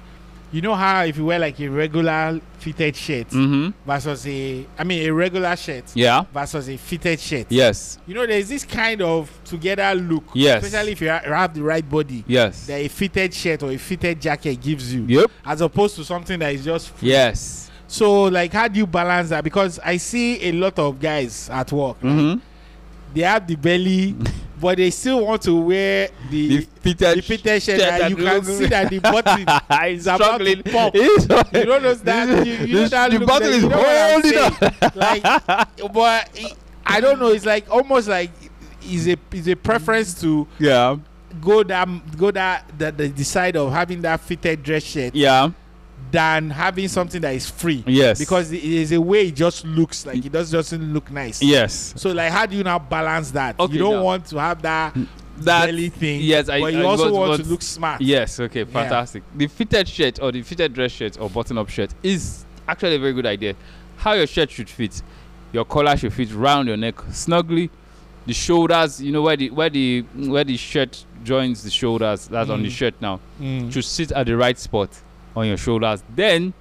Speaker 3: you know how if you wear like a regular fitted shirt
Speaker 2: Mm-hmm.
Speaker 3: versus a i mean a regular shirt
Speaker 2: Yeah.
Speaker 3: versus a fitted shirt
Speaker 2: Yes.
Speaker 3: you know there's this kind of together look
Speaker 2: Yes.
Speaker 3: especially if you ha- have the right body
Speaker 2: Yes.
Speaker 3: that a fitted shirt or a fitted jacket gives you
Speaker 2: Yep.
Speaker 3: as opposed to something that is just free.
Speaker 2: Yes.
Speaker 3: so like how do you balance that because i see a lot of guys at work
Speaker 2: Mm-hmm.
Speaker 3: they have the belly but they still want to wear the
Speaker 2: fitted.
Speaker 3: the fitted shirt that you can see that the button
Speaker 2: is
Speaker 3: about to
Speaker 2: struggling.
Speaker 3: pop.
Speaker 2: It's-
Speaker 3: you know those that you, you know
Speaker 2: this-
Speaker 3: that
Speaker 2: the
Speaker 3: look
Speaker 2: button
Speaker 3: like,
Speaker 2: is
Speaker 3: you know what I'm
Speaker 2: holding up.
Speaker 3: saying? like but it, i don't know it's like almost like is a is a preference to
Speaker 2: Yeah.
Speaker 3: go that go that the, the, the side of having that fitted dress shirt
Speaker 2: Yeah.
Speaker 3: than having something that is free
Speaker 2: Yes.
Speaker 3: because it is a way it just looks like it just doesn't look nice
Speaker 2: Yes.
Speaker 3: so like how do you now balance that
Speaker 2: Okay,
Speaker 3: you don't
Speaker 2: now- Mm.
Speaker 3: want to have that
Speaker 2: That.
Speaker 3: belly thing
Speaker 2: Yes. I,
Speaker 3: but you
Speaker 2: I
Speaker 3: also
Speaker 2: got-
Speaker 3: want
Speaker 2: got-
Speaker 3: to look smart
Speaker 2: Yes, okay, fantastic. The fitted shirt or the fitted dress shirt or button up shirt is actually a very good idea. How your shirt should fit, your collar should fit round your neck snugly. The shoulders, you know where the where the where the shirt joins the shoulders, that's on the
Speaker 3: Mm.
Speaker 2: shirt now.
Speaker 3: Mm.
Speaker 2: Should sit at the right spot on your shoulders. Then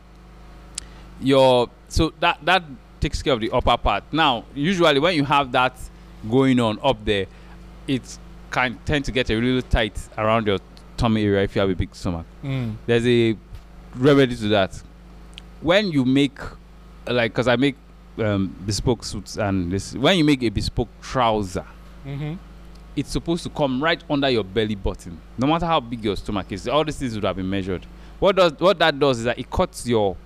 Speaker 2: your so that that takes care of the upper part. Now, usually when you have that going on up there, it can tend to get a little tight around your tummy area if you have a big stomach.
Speaker 3: Mm.
Speaker 2: There's a remedy to that. When you make like cuz I make um, bespoke suits and this when you make a bespoke trouser
Speaker 3: Mm-hmm.
Speaker 2: it's supposed to come right under your belly button no matter how big your stomach is all these things would have been measured what does what that does is that it cuts your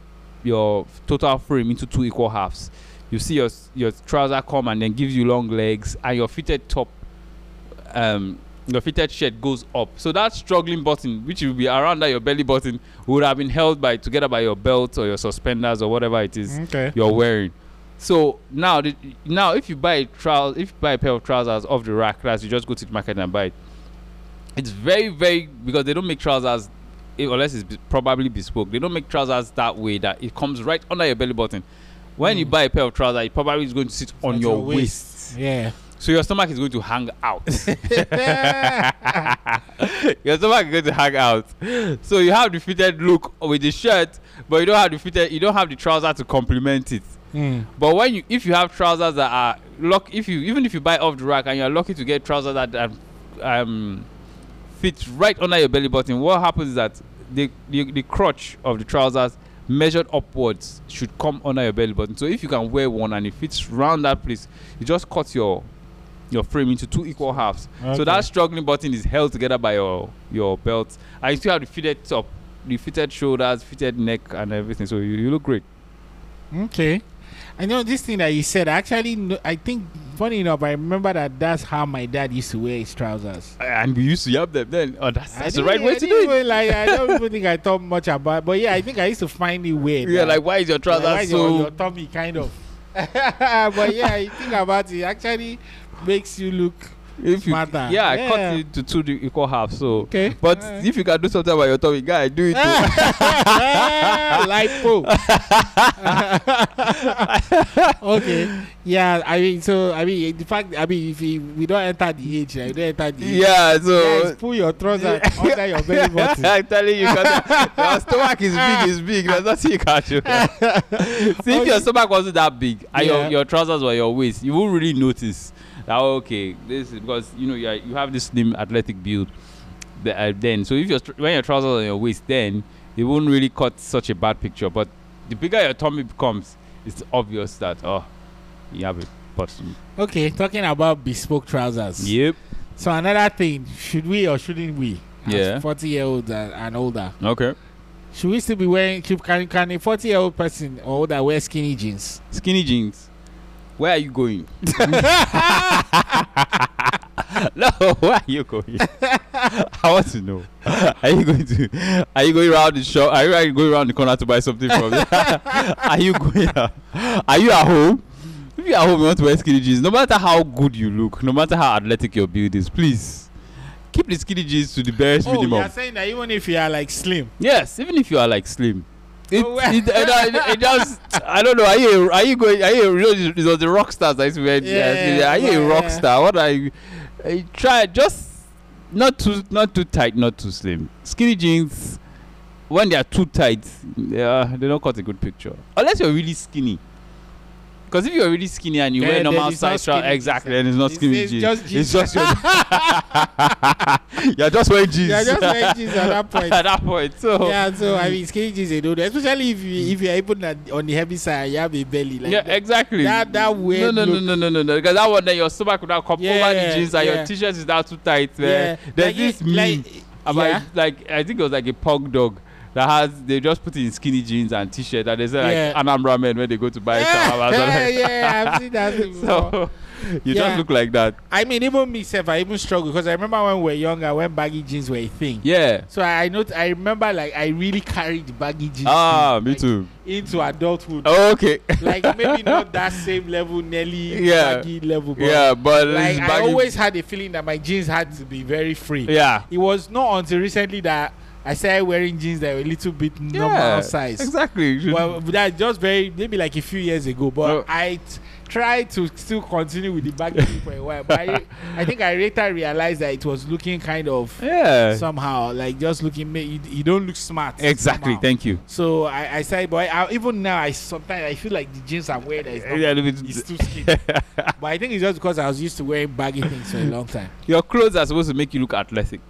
Speaker 2: your total frame into two equal halves you see your s- your trouser come and then gives you long legs and your fitted top um your fitted shirt goes up so that struggling button which will be around that your belly button would have been held by together by your belt or your suspenders or whatever it is
Speaker 3: okay
Speaker 2: you're wearing. So now, the, now if you buy a trous- if you buy a pair of trousers off the rack, class, you just go to the market and buy it. It's very, very because they don't make trousers eh, unless it's be- probably bespoke. They don't make trousers that way that it comes right under your belly button. When you buy a pair of trousers, it probably is going to sit on
Speaker 3: Mm. at
Speaker 2: your,
Speaker 3: your
Speaker 2: waist.
Speaker 3: yeah
Speaker 2: so your stomach is going to hang out. your stomach is going to hang out. So you have the fitted look with the shirt, but you don't have the fitted, you don't have the trouser to complement it.
Speaker 3: Mm.
Speaker 2: But when you, if you have trousers that are luck, if you even if you buy off the rack and you are lucky to get trousers that um, um fit right under your belly button, what happens is that the, the the crotch of the trousers measured upwards should come under your belly button. So if you can wear one and it fits round that place, you just cut your your frame into two equal halves.
Speaker 3: Okay.
Speaker 2: So that struggling button is held together by your your belt. And you still have the fitted top, the fitted shoulders, fitted neck, and everything. So you, you look great.
Speaker 3: Okay. I know this thing that you said. I Actually, kn- I think funny enough, I remember that that's how my dad used to wear his trousers.
Speaker 2: And we used to yap them then. Oh, that's,
Speaker 3: I
Speaker 2: that's the
Speaker 3: didn't-
Speaker 2: right way
Speaker 3: I
Speaker 2: to do
Speaker 3: didn't
Speaker 2: it.
Speaker 3: even Like, I don't even think I thought much about. But yeah, I think I used to find it weird.
Speaker 2: Yeah,
Speaker 3: that-
Speaker 2: like why is your trousers
Speaker 3: Like, why is
Speaker 2: so?
Speaker 3: your, your tummy kind of. but yeah, I think about it. Actually, makes you look
Speaker 2: if you
Speaker 3: smarter.
Speaker 2: yeah, I
Speaker 3: Yeah.
Speaker 2: cut it to two di- equal halves. So
Speaker 3: Okay.
Speaker 2: but
Speaker 3: Alright. Ah.
Speaker 2: if you can do something about your tummy, guy, do it. Too.
Speaker 3: lipo. okay. Yeah, I mean, so I mean, the fact, I mean, if you, we don't enter the age, right? we don't enter the age.
Speaker 2: yeah,
Speaker 3: Guys,
Speaker 2: so.
Speaker 3: pull your trousers under your belly button.
Speaker 2: I'm telling you, 'cause your stomach is big, is big. There's nothing you can do. See, if your stomach wasn't that big and
Speaker 3: Yeah.
Speaker 2: your, your trousers were your waist, you won't really notice. That, okay, this is because you know you, are, you have this slim athletic build. The, uh, then, so if your str- when your trousers are your waist, then it won't really cut such a bad picture. But the bigger your tummy becomes, it's obvious that oh, you have a bottom.
Speaker 3: Okay, talking about bespoke trousers.
Speaker 2: Yep.
Speaker 3: So another thing, should we or shouldn't we? as
Speaker 2: Yeah.
Speaker 3: Forty year olds and, and older.
Speaker 2: Okay.
Speaker 3: Should we still be wearing? Should, can can a forty year old person or older wear skinny jeans?
Speaker 2: Skinny jeans. Where are you going? no, where are you going? I want to know. Are you going to? Are you going around the shop? Are you, are you going around the corner to buy something from? are you going? out? Are you at home? If you're at home, you want to wear skinny jeans. No matter how good you look, no matter how athletic your build is, please keep the skinny jeans to the barest
Speaker 3: Oh,
Speaker 2: minimum.
Speaker 3: you're saying that even if you are like slim,
Speaker 2: Yes, even if you are like slim. It,
Speaker 3: Oh, well.
Speaker 2: it, it, it, it just I don't know. Are you are you going? Are you, you know, it was the rock stars that used to wear-
Speaker 3: Yeah,
Speaker 2: yeah, Are you a
Speaker 3: yeah.
Speaker 2: rock star? What are you? I try just not too not too tight, not too slim. Skinny jeans when they are too tight, yeah, they don't cut a good picture. Unless you're really skinny. Because if you're really skinny and you
Speaker 3: Yeah,
Speaker 2: wear
Speaker 3: then
Speaker 2: normal
Speaker 3: it's not
Speaker 2: size trousers,
Speaker 3: skinny
Speaker 2: exactly,
Speaker 3: jeans.
Speaker 2: then it's not
Speaker 3: It's-
Speaker 2: skinny
Speaker 3: it's
Speaker 2: jeans.
Speaker 3: just jeans.
Speaker 2: It's just your. you're just wearing jeans.
Speaker 3: you are just wearing jeans at that point.
Speaker 2: at that point. So
Speaker 3: Yeah, so I mean, skinny jeans they do that, especially if you if you are even at, on the heavy side, and you have a belly like
Speaker 2: yeah,
Speaker 3: that.
Speaker 2: exactly.
Speaker 3: that- that
Speaker 2: no,
Speaker 3: weird
Speaker 2: no, no,
Speaker 3: look.
Speaker 2: no, no, no, no. Because that one, then your stomach would now come over
Speaker 3: Yeah,
Speaker 2: the jeans, and
Speaker 3: yeah.
Speaker 2: your t-shirt is now too tight. There,
Speaker 3: Yeah.
Speaker 2: there's
Speaker 3: Like
Speaker 2: this
Speaker 3: it-
Speaker 2: meme
Speaker 3: like-
Speaker 2: about
Speaker 3: yeah.
Speaker 2: like I think it was like a pug dog that has they just put it in skinny jeans and t-shirt, and they say like
Speaker 3: Yeah.
Speaker 2: Anambra men when they go to buy some. or
Speaker 3: yeah,
Speaker 2: something.
Speaker 3: yeah, I've seen that thing before.
Speaker 2: So you
Speaker 3: Yeah.
Speaker 2: just look like that.
Speaker 3: I mean, even myself, I even struggle because I remember when we were younger, when baggy jeans were a thing.
Speaker 2: Yeah.
Speaker 3: So I I know I remember like I really carried baggy jeans
Speaker 2: Ah, me
Speaker 3: like,
Speaker 2: too.
Speaker 3: into adulthood.
Speaker 2: Oh, okay.
Speaker 3: Like maybe not that same level, nearly
Speaker 2: Yeah.
Speaker 3: baggy level, but
Speaker 2: yeah, but
Speaker 3: like
Speaker 2: it's
Speaker 3: I
Speaker 2: baggy-
Speaker 3: always had a feeling that my jeans had to be very free.
Speaker 2: yeah.
Speaker 3: It was not until recently that I started wearing jeans that were a little bit
Speaker 2: yeah,
Speaker 3: normal size.
Speaker 2: Exactly. You should-
Speaker 3: Well, that's just very maybe like a few years ago, but
Speaker 2: No.
Speaker 3: I t- tried to still continue with the baggy jeans for a while. But I, I think I later realized that it was looking kind of
Speaker 2: yeah.
Speaker 3: somehow like just looking. ma- You, you don't look smart.
Speaker 2: Exactly.
Speaker 3: somehow.
Speaker 2: Thank you.
Speaker 3: so I, I said, boy, I, even now I sometimes I feel like the jeans I'm wearing is not,
Speaker 2: Yeah, if it's-
Speaker 3: it's too skinny. but I think it's just because I was used to wearing baggy things for a long time.
Speaker 2: Your clothes are supposed to make you look athletic.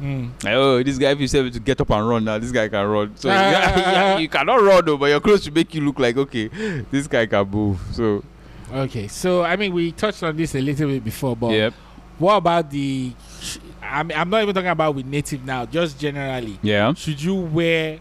Speaker 2: Like, oh, this guy, if you say to get up and run now, this guy can run. So yeah,
Speaker 3: Ah.
Speaker 2: yeah, you cannot run though, but your clothes should make you look like okay, this guy can move. So
Speaker 3: Okay, so I mean, we touched on this a little bit before, but
Speaker 2: yep,
Speaker 3: What about the? I'm, I'm not even talking about with native now. Just generally,
Speaker 2: yeah.
Speaker 3: should you wear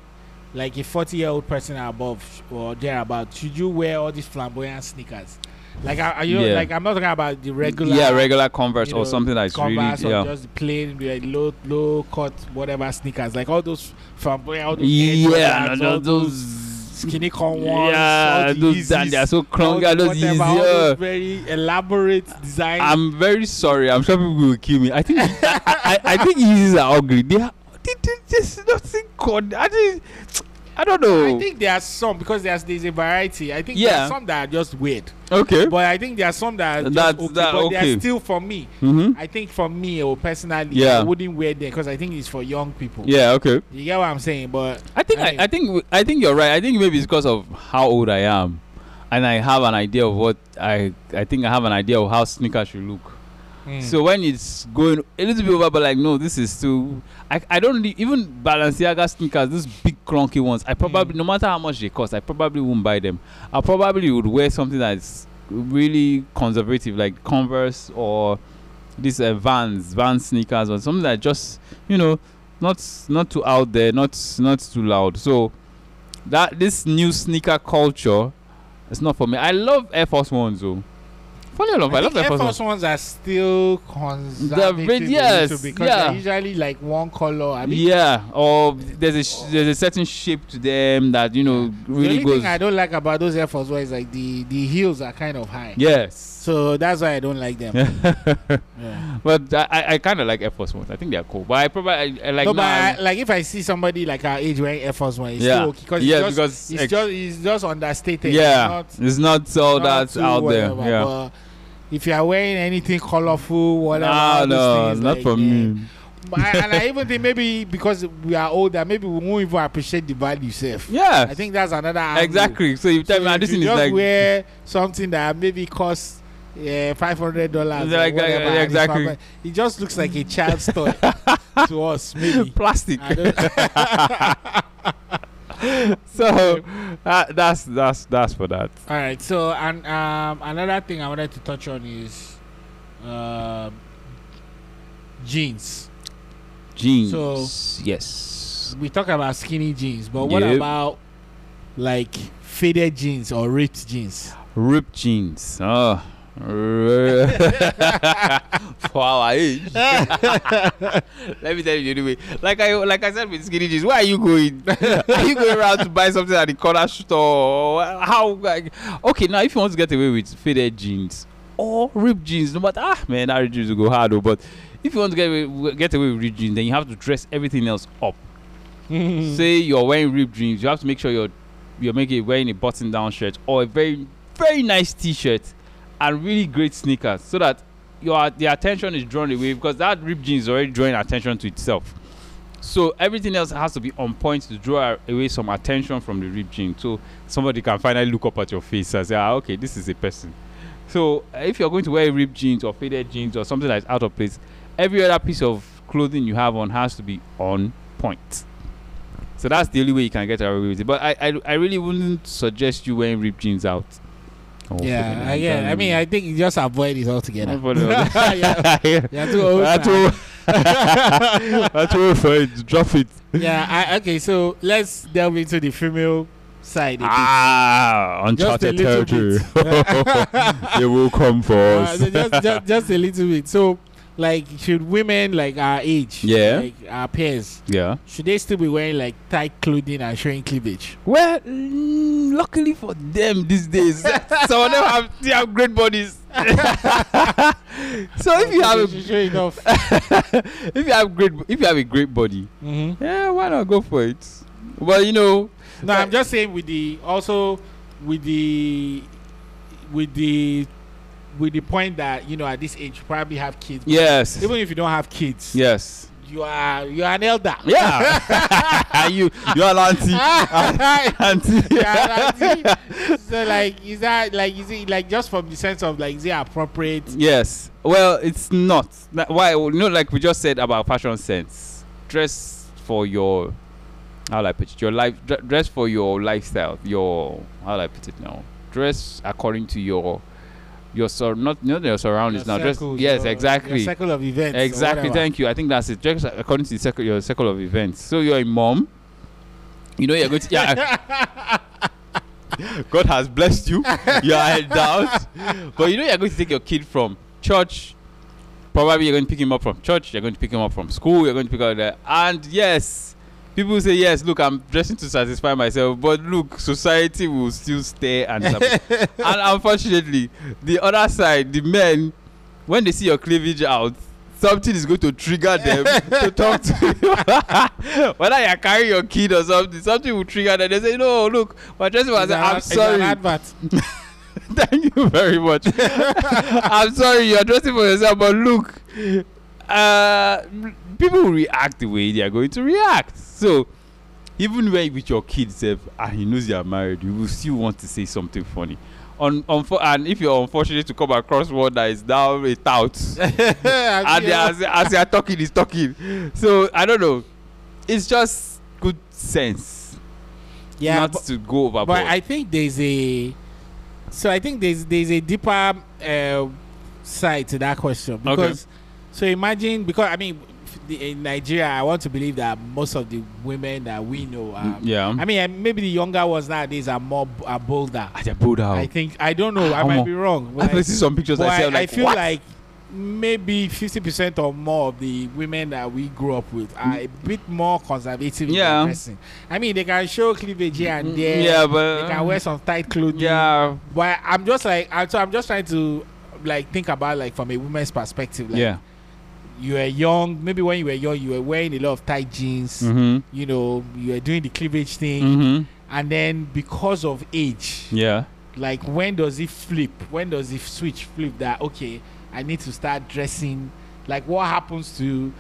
Speaker 3: like a 40 year old person and above or thereabout? Should you wear all these flamboyant sneakers? Like I, I- you know,
Speaker 2: Yeah.
Speaker 3: like I'm not talking about the regular.
Speaker 2: yeah, regular Converse
Speaker 3: you
Speaker 2: or
Speaker 3: know,
Speaker 2: something that's
Speaker 3: Converse
Speaker 2: really
Speaker 3: or
Speaker 2: yeah.
Speaker 3: just the plain like low low cut whatever sneakers like all those flamboyant all those Air
Speaker 2: Yeah,
Speaker 3: Jordans,
Speaker 2: no, no,
Speaker 3: all
Speaker 2: those
Speaker 3: skinny con ones
Speaker 2: yeah,
Speaker 3: all the
Speaker 2: those that
Speaker 3: Yeezys,
Speaker 2: they are so
Speaker 3: all
Speaker 2: clunky,
Speaker 3: the
Speaker 2: those
Speaker 3: whatever, all those
Speaker 2: easier.
Speaker 3: very elaborate design
Speaker 2: I'm very sorry. I'm sure people will kill me. I think I, I, I think Yeezys are ugly. They are. They, they, there's nothing. Con- I think. I don't know.
Speaker 3: I think there are some because there's there's a variety. I think there
Speaker 2: Yeah.
Speaker 3: are some that are just weird,
Speaker 2: okay.
Speaker 3: but I think there are some that are just
Speaker 2: That's-
Speaker 3: okay,
Speaker 2: that-
Speaker 3: but they are
Speaker 2: okay.
Speaker 3: still for me.
Speaker 2: Mm-hmm.
Speaker 3: I think for me or personally, I
Speaker 2: Yeah.
Speaker 3: wouldn't wear them because I think it's for young people.
Speaker 2: Yeah. Okay.
Speaker 3: You get what I'm saying? But
Speaker 2: I think I,
Speaker 3: mean,
Speaker 2: I think w- I think you're right. I think maybe it's because of how old I am, and I have an idea of what I I think I have an idea of how sneakers should look, So when it's going a little bit over, but like no, this is too. I, I don't need, even Balenciaga sneakers, those big clunky ones. I probably no matter how much they cost, I probably won't buy them. I probably would wear something that's really conservative, like Converse or these uh, Vans, Vans sneakers or something that just you know not not too out there, not not too loud. So that this new sneaker culture, it's not for me. I love Air Force Ones though. Funny enough, I,
Speaker 3: I
Speaker 2: love
Speaker 3: think
Speaker 2: Air
Speaker 3: Air
Speaker 2: Force Ones.
Speaker 3: Force ones are still conservative a
Speaker 2: yes,
Speaker 3: little because
Speaker 2: yeah.
Speaker 3: they're usually like one color. I mean,
Speaker 2: yeah or there's a sh- there's a certain shape to them that you know
Speaker 3: the
Speaker 2: really
Speaker 3: only
Speaker 2: goes
Speaker 3: thing I don't like about those Air Force ones is like the the heels are kind of high.
Speaker 2: yes
Speaker 3: So that's why I don't like them. Yeah.
Speaker 2: but i i, I kind of like air force ones i think they're cool but i probably I, I like
Speaker 3: no,
Speaker 2: now
Speaker 3: but I,
Speaker 2: I-
Speaker 3: like if I see somebody like our age wearing Air Force One, it's
Speaker 2: Yeah.
Speaker 3: still okay because
Speaker 2: Yeah,
Speaker 3: it's just,
Speaker 2: because
Speaker 3: it's
Speaker 2: ex-
Speaker 3: just it's just understated.
Speaker 2: yeah
Speaker 3: it's
Speaker 2: it's not, all
Speaker 3: not, not
Speaker 2: that
Speaker 3: too
Speaker 2: out there
Speaker 3: whatever,
Speaker 2: yeah
Speaker 3: But if you are wearing anything colorful, whatever,
Speaker 2: Nah,
Speaker 3: all these
Speaker 2: no,
Speaker 3: things,
Speaker 2: not
Speaker 3: like,
Speaker 2: for
Speaker 3: yeah.
Speaker 2: me.
Speaker 3: But I, and I even think maybe because we are older, maybe we won't even appreciate the value itself.
Speaker 2: Yeah,
Speaker 3: I think that's another angle.
Speaker 2: exactly. So you tell
Speaker 3: So
Speaker 2: me, ah,
Speaker 3: if
Speaker 2: this
Speaker 3: you
Speaker 2: thing is
Speaker 3: just
Speaker 2: like,
Speaker 3: wear something that maybe costs uh, five hundred dollars.
Speaker 2: Like, like, exactly.
Speaker 3: It just looks like a child's toy to us, maybe.
Speaker 2: plastic.
Speaker 3: I don't-
Speaker 2: So uh, that's that's that's for that.
Speaker 3: All right. So, and um, another thing I wanted to touch on is um jeans.
Speaker 2: Jeans.
Speaker 3: So-
Speaker 2: yes.
Speaker 3: We talk about skinny jeans, but what
Speaker 2: Yep.
Speaker 3: about like faded jeans or ripped jeans?
Speaker 2: Ripped jeans. Oh. for our age. Let me tell you the way. Like I like I said with skinny jeans, where are you going? are you going around to buy something at the corner store? How like, okay now if you want to get away with faded jeans or ripped jeans, no matter ah man, that ripped jeans will go hard though, but if you want to get away, get away with ripped jeans, then you have to dress everything else up. Say you're wearing ripped jeans, you have to make sure you're you're making wearing a button down shirt or a very very nice t-shirt and really great sneakers so that your the attention is drawn away because that ripped jeans is already drawing attention to itself so everything else has to be on point to draw away some attention from the ripped jeans so somebody can finally look up at your face and say ah okay this is a person so uh, if you're going to wear ripped jeans or faded jeans or something that's out of place every other piece of clothing you have on has to be on point so that's the only way you can get away with it but i i, I really wouldn't suggest you wearing ripped jeans out Oh, flipping
Speaker 3: yeah,
Speaker 2: hell,
Speaker 3: yeah. I
Speaker 2: damn.
Speaker 3: mean, I think you just avoid it altogether.
Speaker 2: Avoid it altogether.
Speaker 3: yeah, you're too old.
Speaker 2: That's
Speaker 3: now.
Speaker 2: all. That's all for it. Drop it.
Speaker 3: yeah. I, okay, so let's delve into the female side. a bit.
Speaker 2: Ah, uncharted
Speaker 3: little
Speaker 2: territory. they will come for
Speaker 3: Uh,
Speaker 2: us.
Speaker 3: so just, just, just a little bit. So, like, should women like our age,
Speaker 2: Yeah.
Speaker 3: like our peers,
Speaker 2: yeah.
Speaker 3: should they still be wearing like tight clothing and showing cleavage?
Speaker 2: Well, mm, luckily for them these days, some of them have, they have great bodies. so if you have
Speaker 3: Should-
Speaker 2: a,
Speaker 3: should show enough.
Speaker 2: if you have great if you have a great body,
Speaker 3: Mhm.
Speaker 2: yeah, why not go for it? Well, you know,
Speaker 3: No, I'm just saying with the also with the with the with the point that you know at this age you probably have kids.
Speaker 2: yes,
Speaker 3: Even if you don't have kids,
Speaker 2: yes,
Speaker 3: you are you are an elder.
Speaker 2: yeah. you you are an auntie, auntie.
Speaker 3: Yeah, like, see, so like is that like is it like just from the sense of like is it appropriate
Speaker 2: Yes. Well, it's not. That- Why? You know, like we just said about fashion sense. Dress for your how do I put it? Your life. dre- Dress for your lifestyle. Your how do I put it now? Dress according to your your sur- not not your surroundings now. Dress.
Speaker 3: circles,
Speaker 2: Yes,
Speaker 3: your-
Speaker 2: exactly.
Speaker 3: your circle of events or
Speaker 2: Exactly.
Speaker 3: whatever.
Speaker 2: Thank you. I think that's it. Just according to the circle, your circle of events. So you're a mom. You know you're going to. Yeah. God has blessed you. You are endowed, but you know you're going to take your kid from church. Probably you're going to pick him up from church. You're going to pick him up from school. You're going to pick up there. And yes, people say yes. Look, I'm dressing to satisfy myself, but look, society will still stare and. and unfortunately, the other side, the men, when they see your cleavage out something is going to trigger them to talk to you whether you are carrying your kid or something something will trigger them they say no look my dressing was
Speaker 3: It's an-
Speaker 2: i'm
Speaker 3: it's an
Speaker 2: sorry
Speaker 3: advert.
Speaker 2: thank you very much i'm sorry you're dressing for yourself but look uh people will react the way they are going to react so ah, even when with your kids sef and he knows you are married you will still want to say something funny on, on and if you're unfortunate to come across one that is now a tout and they- as, as you're talking he's talking so i don't know it's just good sense
Speaker 3: yeah,
Speaker 2: not
Speaker 3: but,
Speaker 2: to go overboard
Speaker 3: but I think there's a so I think there's there's a deeper uh, side to that question because so imagine because I mean f- the- in Nigeria I want to believe that most of the women that we know are,
Speaker 2: Mm, yeah
Speaker 3: I mean uh, maybe the younger ones nowadays are more b- are bolder.
Speaker 2: I just pulled out.
Speaker 3: I think I don't know I
Speaker 2: Omo.
Speaker 3: might be wrong. but
Speaker 2: I've seen some pictures.
Speaker 3: But
Speaker 2: I,
Speaker 3: I,
Speaker 2: say, I'm like,
Speaker 3: I feel
Speaker 2: what?
Speaker 3: like maybe 50% or more of the women that we grew up with are a bit more
Speaker 2: Yeah. Mm,
Speaker 3: conservative in their dressing. I mean, they can show cleavage here and there.
Speaker 2: yeah,
Speaker 3: They
Speaker 2: but
Speaker 3: can wear some tight clothing.
Speaker 2: yeah,
Speaker 3: But I'm just like, I'm, so I'm just trying to like think about like from a woman's perspective. Like,
Speaker 2: yeah,
Speaker 3: You were young. Maybe when you were young, you were wearing a lot of tight jeans.
Speaker 2: mm-hmm,
Speaker 3: You know, you were doing the cleavage thing.
Speaker 2: mm-hmm,
Speaker 3: And then because of age,
Speaker 2: yeah,
Speaker 3: like when does it flip when does it switch flip that okay i need to start dressing like what happens to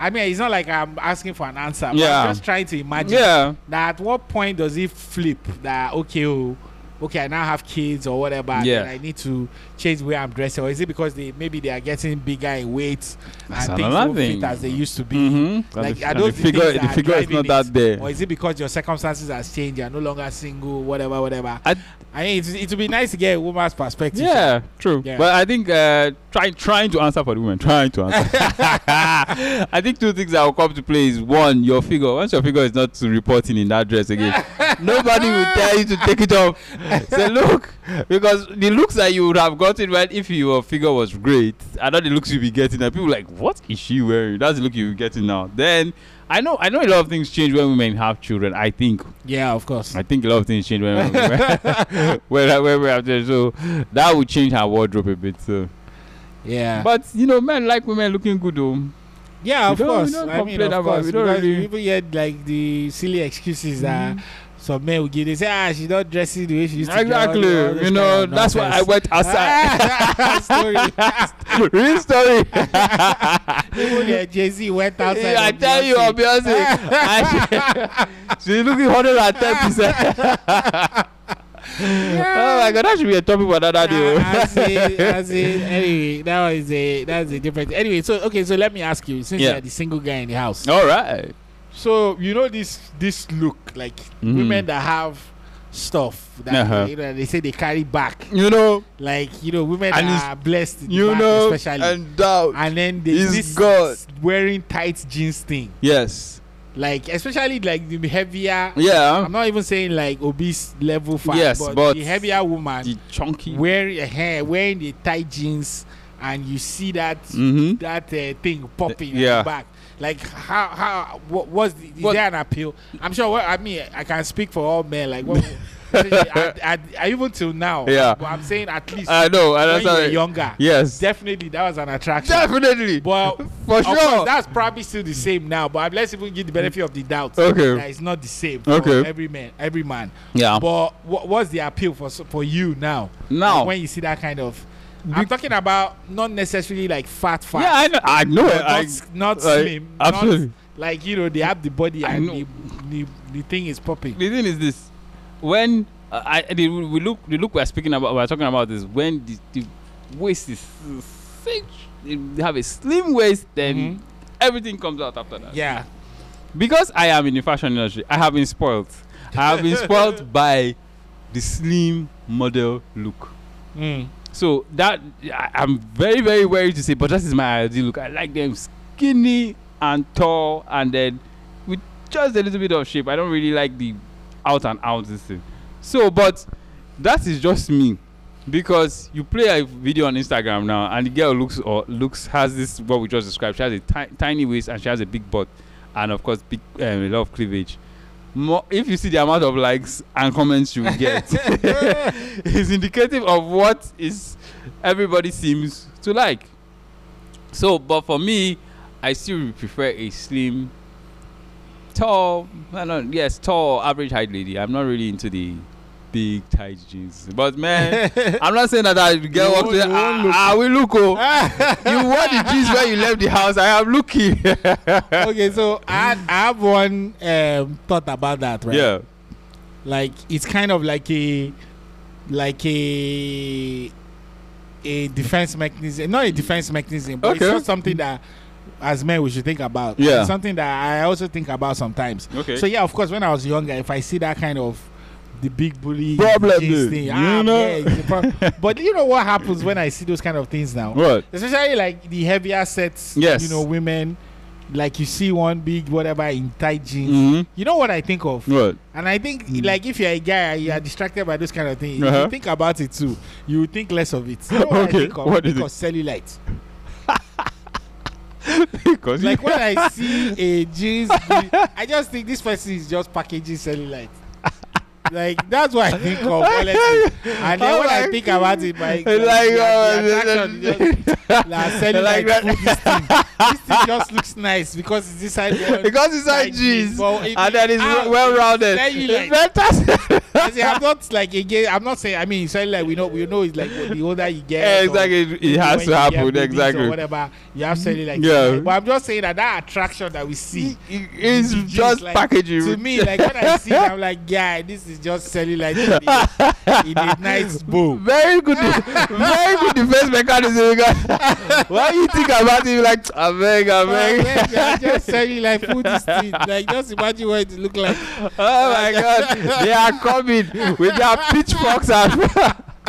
Speaker 3: i mean it's not like i'm asking for an answer but
Speaker 2: Yeah.
Speaker 3: i'm just trying to imagine
Speaker 2: yeah.
Speaker 3: that at what point does it flip that okay oh okay i now have kids or whatever and
Speaker 2: Yeah.
Speaker 3: then i need to change the way i'm dressing or is it because they maybe they are getting bigger in weight
Speaker 2: That's
Speaker 3: and things
Speaker 2: another
Speaker 3: don't
Speaker 2: thing.
Speaker 3: fit as they used to be
Speaker 2: Mm-hmm.
Speaker 3: Like, are
Speaker 2: and the
Speaker 3: those the
Speaker 2: figure,
Speaker 3: things
Speaker 2: the
Speaker 3: that are
Speaker 2: figure is not
Speaker 3: driving
Speaker 2: that
Speaker 3: it?
Speaker 2: there.
Speaker 3: or is it because your circumstances has changed you're no longer single whatever whatever
Speaker 2: I,
Speaker 3: I mean, it, it would be nice to get a woman's perspective.
Speaker 2: yeah, true.
Speaker 3: Yeah.
Speaker 2: But I think uh, trying trying to answer for the women, trying to answer. I think two things that will come to play is one, your figure. Once your figure is not reporting in that dress again, nobody will tell you to take it off. Say look, because the looks that you would have gotten right if your figure was great, are not the looks you'll be getting. And people like, what is she wearing? That's the look you're getting now. Then I know I know a lot of things change when women have children. I think
Speaker 3: Yeah, of course.
Speaker 2: I think a lot of things change when when when when we're out there. So that would change her wardrobe a bit. So.
Speaker 3: Yeah.
Speaker 2: But you know, men like women looking good though.
Speaker 3: yeah,
Speaker 2: we
Speaker 3: of
Speaker 2: don't- we
Speaker 3: course.
Speaker 2: don't
Speaker 3: I mean,
Speaker 2: complain
Speaker 3: of
Speaker 2: about-
Speaker 3: course.
Speaker 2: we don't
Speaker 3: because
Speaker 2: really- Mm-hmm.
Speaker 3: you even hear like the silly excuses that some men will give. They say, ah, she's not dressing the way she used to.
Speaker 2: Exactly. You know, that's why I went outside.
Speaker 3: I. Story.
Speaker 2: Real story.
Speaker 3: Even their Jay Z went outside.
Speaker 2: Yeah, I
Speaker 3: on
Speaker 2: tell you,
Speaker 3: Beyonce.
Speaker 2: obviously, I- she's looking hundred and ten percent. Oh my god, that should be a topic for another day. oh.
Speaker 3: Ah, as in, as in, anyway, that was a that's a different. Anyway, so okay, so let me ask you, since
Speaker 2: Yeah.
Speaker 3: you're the single guy in the house,
Speaker 2: All right.
Speaker 3: So you know this this look like
Speaker 2: Mhm.
Speaker 3: women that have stuff that
Speaker 2: Uh-huh.
Speaker 3: you know they say they carry back.
Speaker 2: You know,
Speaker 3: Like you know women
Speaker 2: And
Speaker 3: that
Speaker 2: it's-
Speaker 3: are blessed, in the
Speaker 2: you
Speaker 3: back
Speaker 2: know,
Speaker 3: especially, and,
Speaker 2: and doubt.
Speaker 3: then they
Speaker 2: it's
Speaker 3: this
Speaker 2: God.
Speaker 3: wearing tight jeans thing.
Speaker 2: Yes.
Speaker 3: Like especially like the heavier.
Speaker 2: Yeah.
Speaker 3: I'm not even saying like obese level fat,
Speaker 2: Yes,
Speaker 3: but,
Speaker 2: but
Speaker 3: the heavier woman
Speaker 2: The chunky.
Speaker 3: wearing a hair, wearing the tight jeans, and you see that
Speaker 2: Mm-hmm.
Speaker 3: that uh, thing popping at
Speaker 2: Yeah.
Speaker 3: the back. Like how how what was the, is
Speaker 2: What-
Speaker 3: there an appeal? I'm sure. Well, I mean, I can speak for all men. Like what, I, I, I- even till now.
Speaker 2: Yeah.
Speaker 3: But I'm saying at least
Speaker 2: I know. And
Speaker 3: when
Speaker 2: that's
Speaker 3: you
Speaker 2: how
Speaker 3: were
Speaker 2: it-
Speaker 3: younger,
Speaker 2: Yes.
Speaker 3: definitely that was an attraction.
Speaker 2: Definitely.
Speaker 3: But
Speaker 2: For
Speaker 3: of course,
Speaker 2: sure.
Speaker 3: that's probably still the same now. But let's even give the benefit of the doubt.
Speaker 2: Okay.
Speaker 3: that it's not the same. For
Speaker 2: Okay.
Speaker 3: every man, every man.
Speaker 2: yeah.
Speaker 3: But what, what's the appeal for s- for you now?
Speaker 2: Now.
Speaker 3: Like, when you see that kind of, I'm talking about not necessarily like fat fat.
Speaker 2: yeah, I know. I know it.
Speaker 3: But
Speaker 2: I,
Speaker 3: not, not
Speaker 2: I-
Speaker 3: slim.
Speaker 2: absolutely.
Speaker 3: Not, like you know, they have the body
Speaker 2: I
Speaker 3: and
Speaker 2: know.
Speaker 3: the, the, the thing is popping.
Speaker 2: the thing is this: when uh, I the, we look, the look we are speaking about, we are talking about is when the, the waist is such, they have a slim waist, then
Speaker 3: Mhm.
Speaker 2: everything comes out after that.
Speaker 3: Yeah.
Speaker 2: Because I am in the fashion industry, I have been spoiled. I have been spoiled by the slim model look.
Speaker 3: Mm.
Speaker 2: So that I, I'm very very wary to say, but that is my ideal look. I like them skinny and tall, and then with just a little bit of shape. I don't really like the out and out this thing. So, but that is just me, because you play a video on Instagram now, and the girl looks or looks has this what we just described. She has a ti- tiny waist and she has a big butt, and of course, big um, a lot of cleavage. More, if you see the amount of likes and comments you will get, is indicative of what is everybody seems to like. So, but for me, I still prefer a slim, tall. I don't, yes, tall, average height lady. I'm not really into the big tight jeans. But man, I'm not saying that that girl
Speaker 3: You
Speaker 2: walks
Speaker 3: won't-
Speaker 2: in.
Speaker 3: you won't look.
Speaker 2: Ah, ah, we look oh. you wore the jeans when you left the house. I am looking.
Speaker 3: okay, so I, had- I have one um, thought about that, right?
Speaker 2: Yeah.
Speaker 3: Like it's kind of like a like a a defense mechanism, not a defense mechanism, but
Speaker 2: Okay.
Speaker 3: it's not something that as men we should think about.
Speaker 2: Yeah.
Speaker 3: It's something that I also think about sometimes.
Speaker 2: Okay.
Speaker 3: So yeah, of course, when I was younger, if I see that kind of the big bully
Speaker 2: Problem,
Speaker 3: jeans
Speaker 2: dude.
Speaker 3: thing,
Speaker 2: You
Speaker 3: ah,
Speaker 2: know?
Speaker 3: yeah, it's a pro- but you know what happens when I see those kind of things now?
Speaker 2: What?
Speaker 3: Especially like the heavier sets,
Speaker 2: Yes.
Speaker 3: you know, women. Like you see one big whatever in tight jeans.
Speaker 2: Mhm.
Speaker 3: You know what I think of?
Speaker 2: What?
Speaker 3: And I think, like, if you're a guy and you are distracted by those kind of things, if
Speaker 2: Mm. Uh-huh.
Speaker 3: you think about it too, you will think less of it. You know what
Speaker 2: Okay,
Speaker 3: I think of?
Speaker 2: what
Speaker 3: I
Speaker 2: is
Speaker 3: think
Speaker 2: it?
Speaker 3: of cellulite.
Speaker 2: Because
Speaker 3: Like, when I see a jeans, I just think this person is just packaging cellulite. Like, that's what I think of. honestly. And then
Speaker 2: Oh
Speaker 3: when I
Speaker 2: my
Speaker 3: think about it, my
Speaker 2: Like,
Speaker 3: the-
Speaker 2: oh,
Speaker 3: the attraction
Speaker 2: this-
Speaker 3: is just, like, cellulite
Speaker 2: Like that.
Speaker 3: put this thing. This thing just looks nice because it's this idea.
Speaker 2: because it's
Speaker 3: Like
Speaker 2: like jeans,
Speaker 3: this, but Ah, if
Speaker 2: and
Speaker 3: you
Speaker 2: that is
Speaker 3: add
Speaker 2: well rounded.
Speaker 3: cellulite- I say, I'm not like again. I'm not saying. I mean, sorry, like we know, we know it's like the older you get,
Speaker 2: Yeah,
Speaker 3: or
Speaker 2: exactly. It- it
Speaker 3: maybe
Speaker 2: has
Speaker 3: when
Speaker 2: to
Speaker 3: you get
Speaker 2: happen,
Speaker 3: babies
Speaker 2: exactly.
Speaker 3: Or whatever you have said it like.
Speaker 2: Yeah.
Speaker 3: that. But I'm just saying that that attraction that we see.
Speaker 2: It's
Speaker 3: in the
Speaker 2: just
Speaker 3: jeans, like,
Speaker 2: packaging.
Speaker 3: To me, like when I see, it, I'm like, yeah, this is just selling like in a, in a nice bow.
Speaker 2: Very good, very good defense mechanism. because- Why you think about it? you're Like America,
Speaker 3: Oh, man, they are
Speaker 2: America.
Speaker 3: just selling like food this thing. Like just imagine what it look like.
Speaker 2: Oh my God, they are coming with their pitchforks and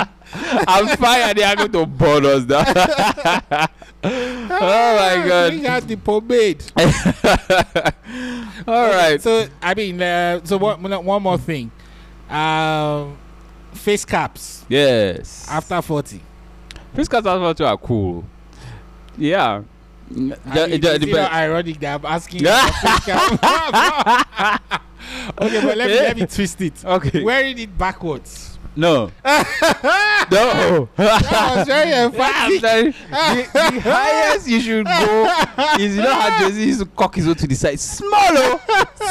Speaker 2: and fire. They are going to burn us down.
Speaker 3: Ah,
Speaker 2: oh my
Speaker 3: Bring
Speaker 2: God.
Speaker 3: out the pomade.
Speaker 2: All right.
Speaker 3: So I mean, uh, so one, one more thing, um, face caps
Speaker 2: Yes.
Speaker 3: after forty.
Speaker 2: Face cuts as well too are cool. Yeah.
Speaker 3: I
Speaker 2: The-
Speaker 3: mean,
Speaker 2: the-
Speaker 3: it's
Speaker 2: the-
Speaker 3: you know, ironic that I'm asking. you about face cap. okay, but let me let me twist it.
Speaker 2: okay.
Speaker 3: Wearing it backwards.
Speaker 2: No. no.
Speaker 3: That was very
Speaker 2: I'm
Speaker 3: emphatic.
Speaker 2: sorry. the, the highest you should go is you know how Jay Z used to cock his own to the side. Small, oh,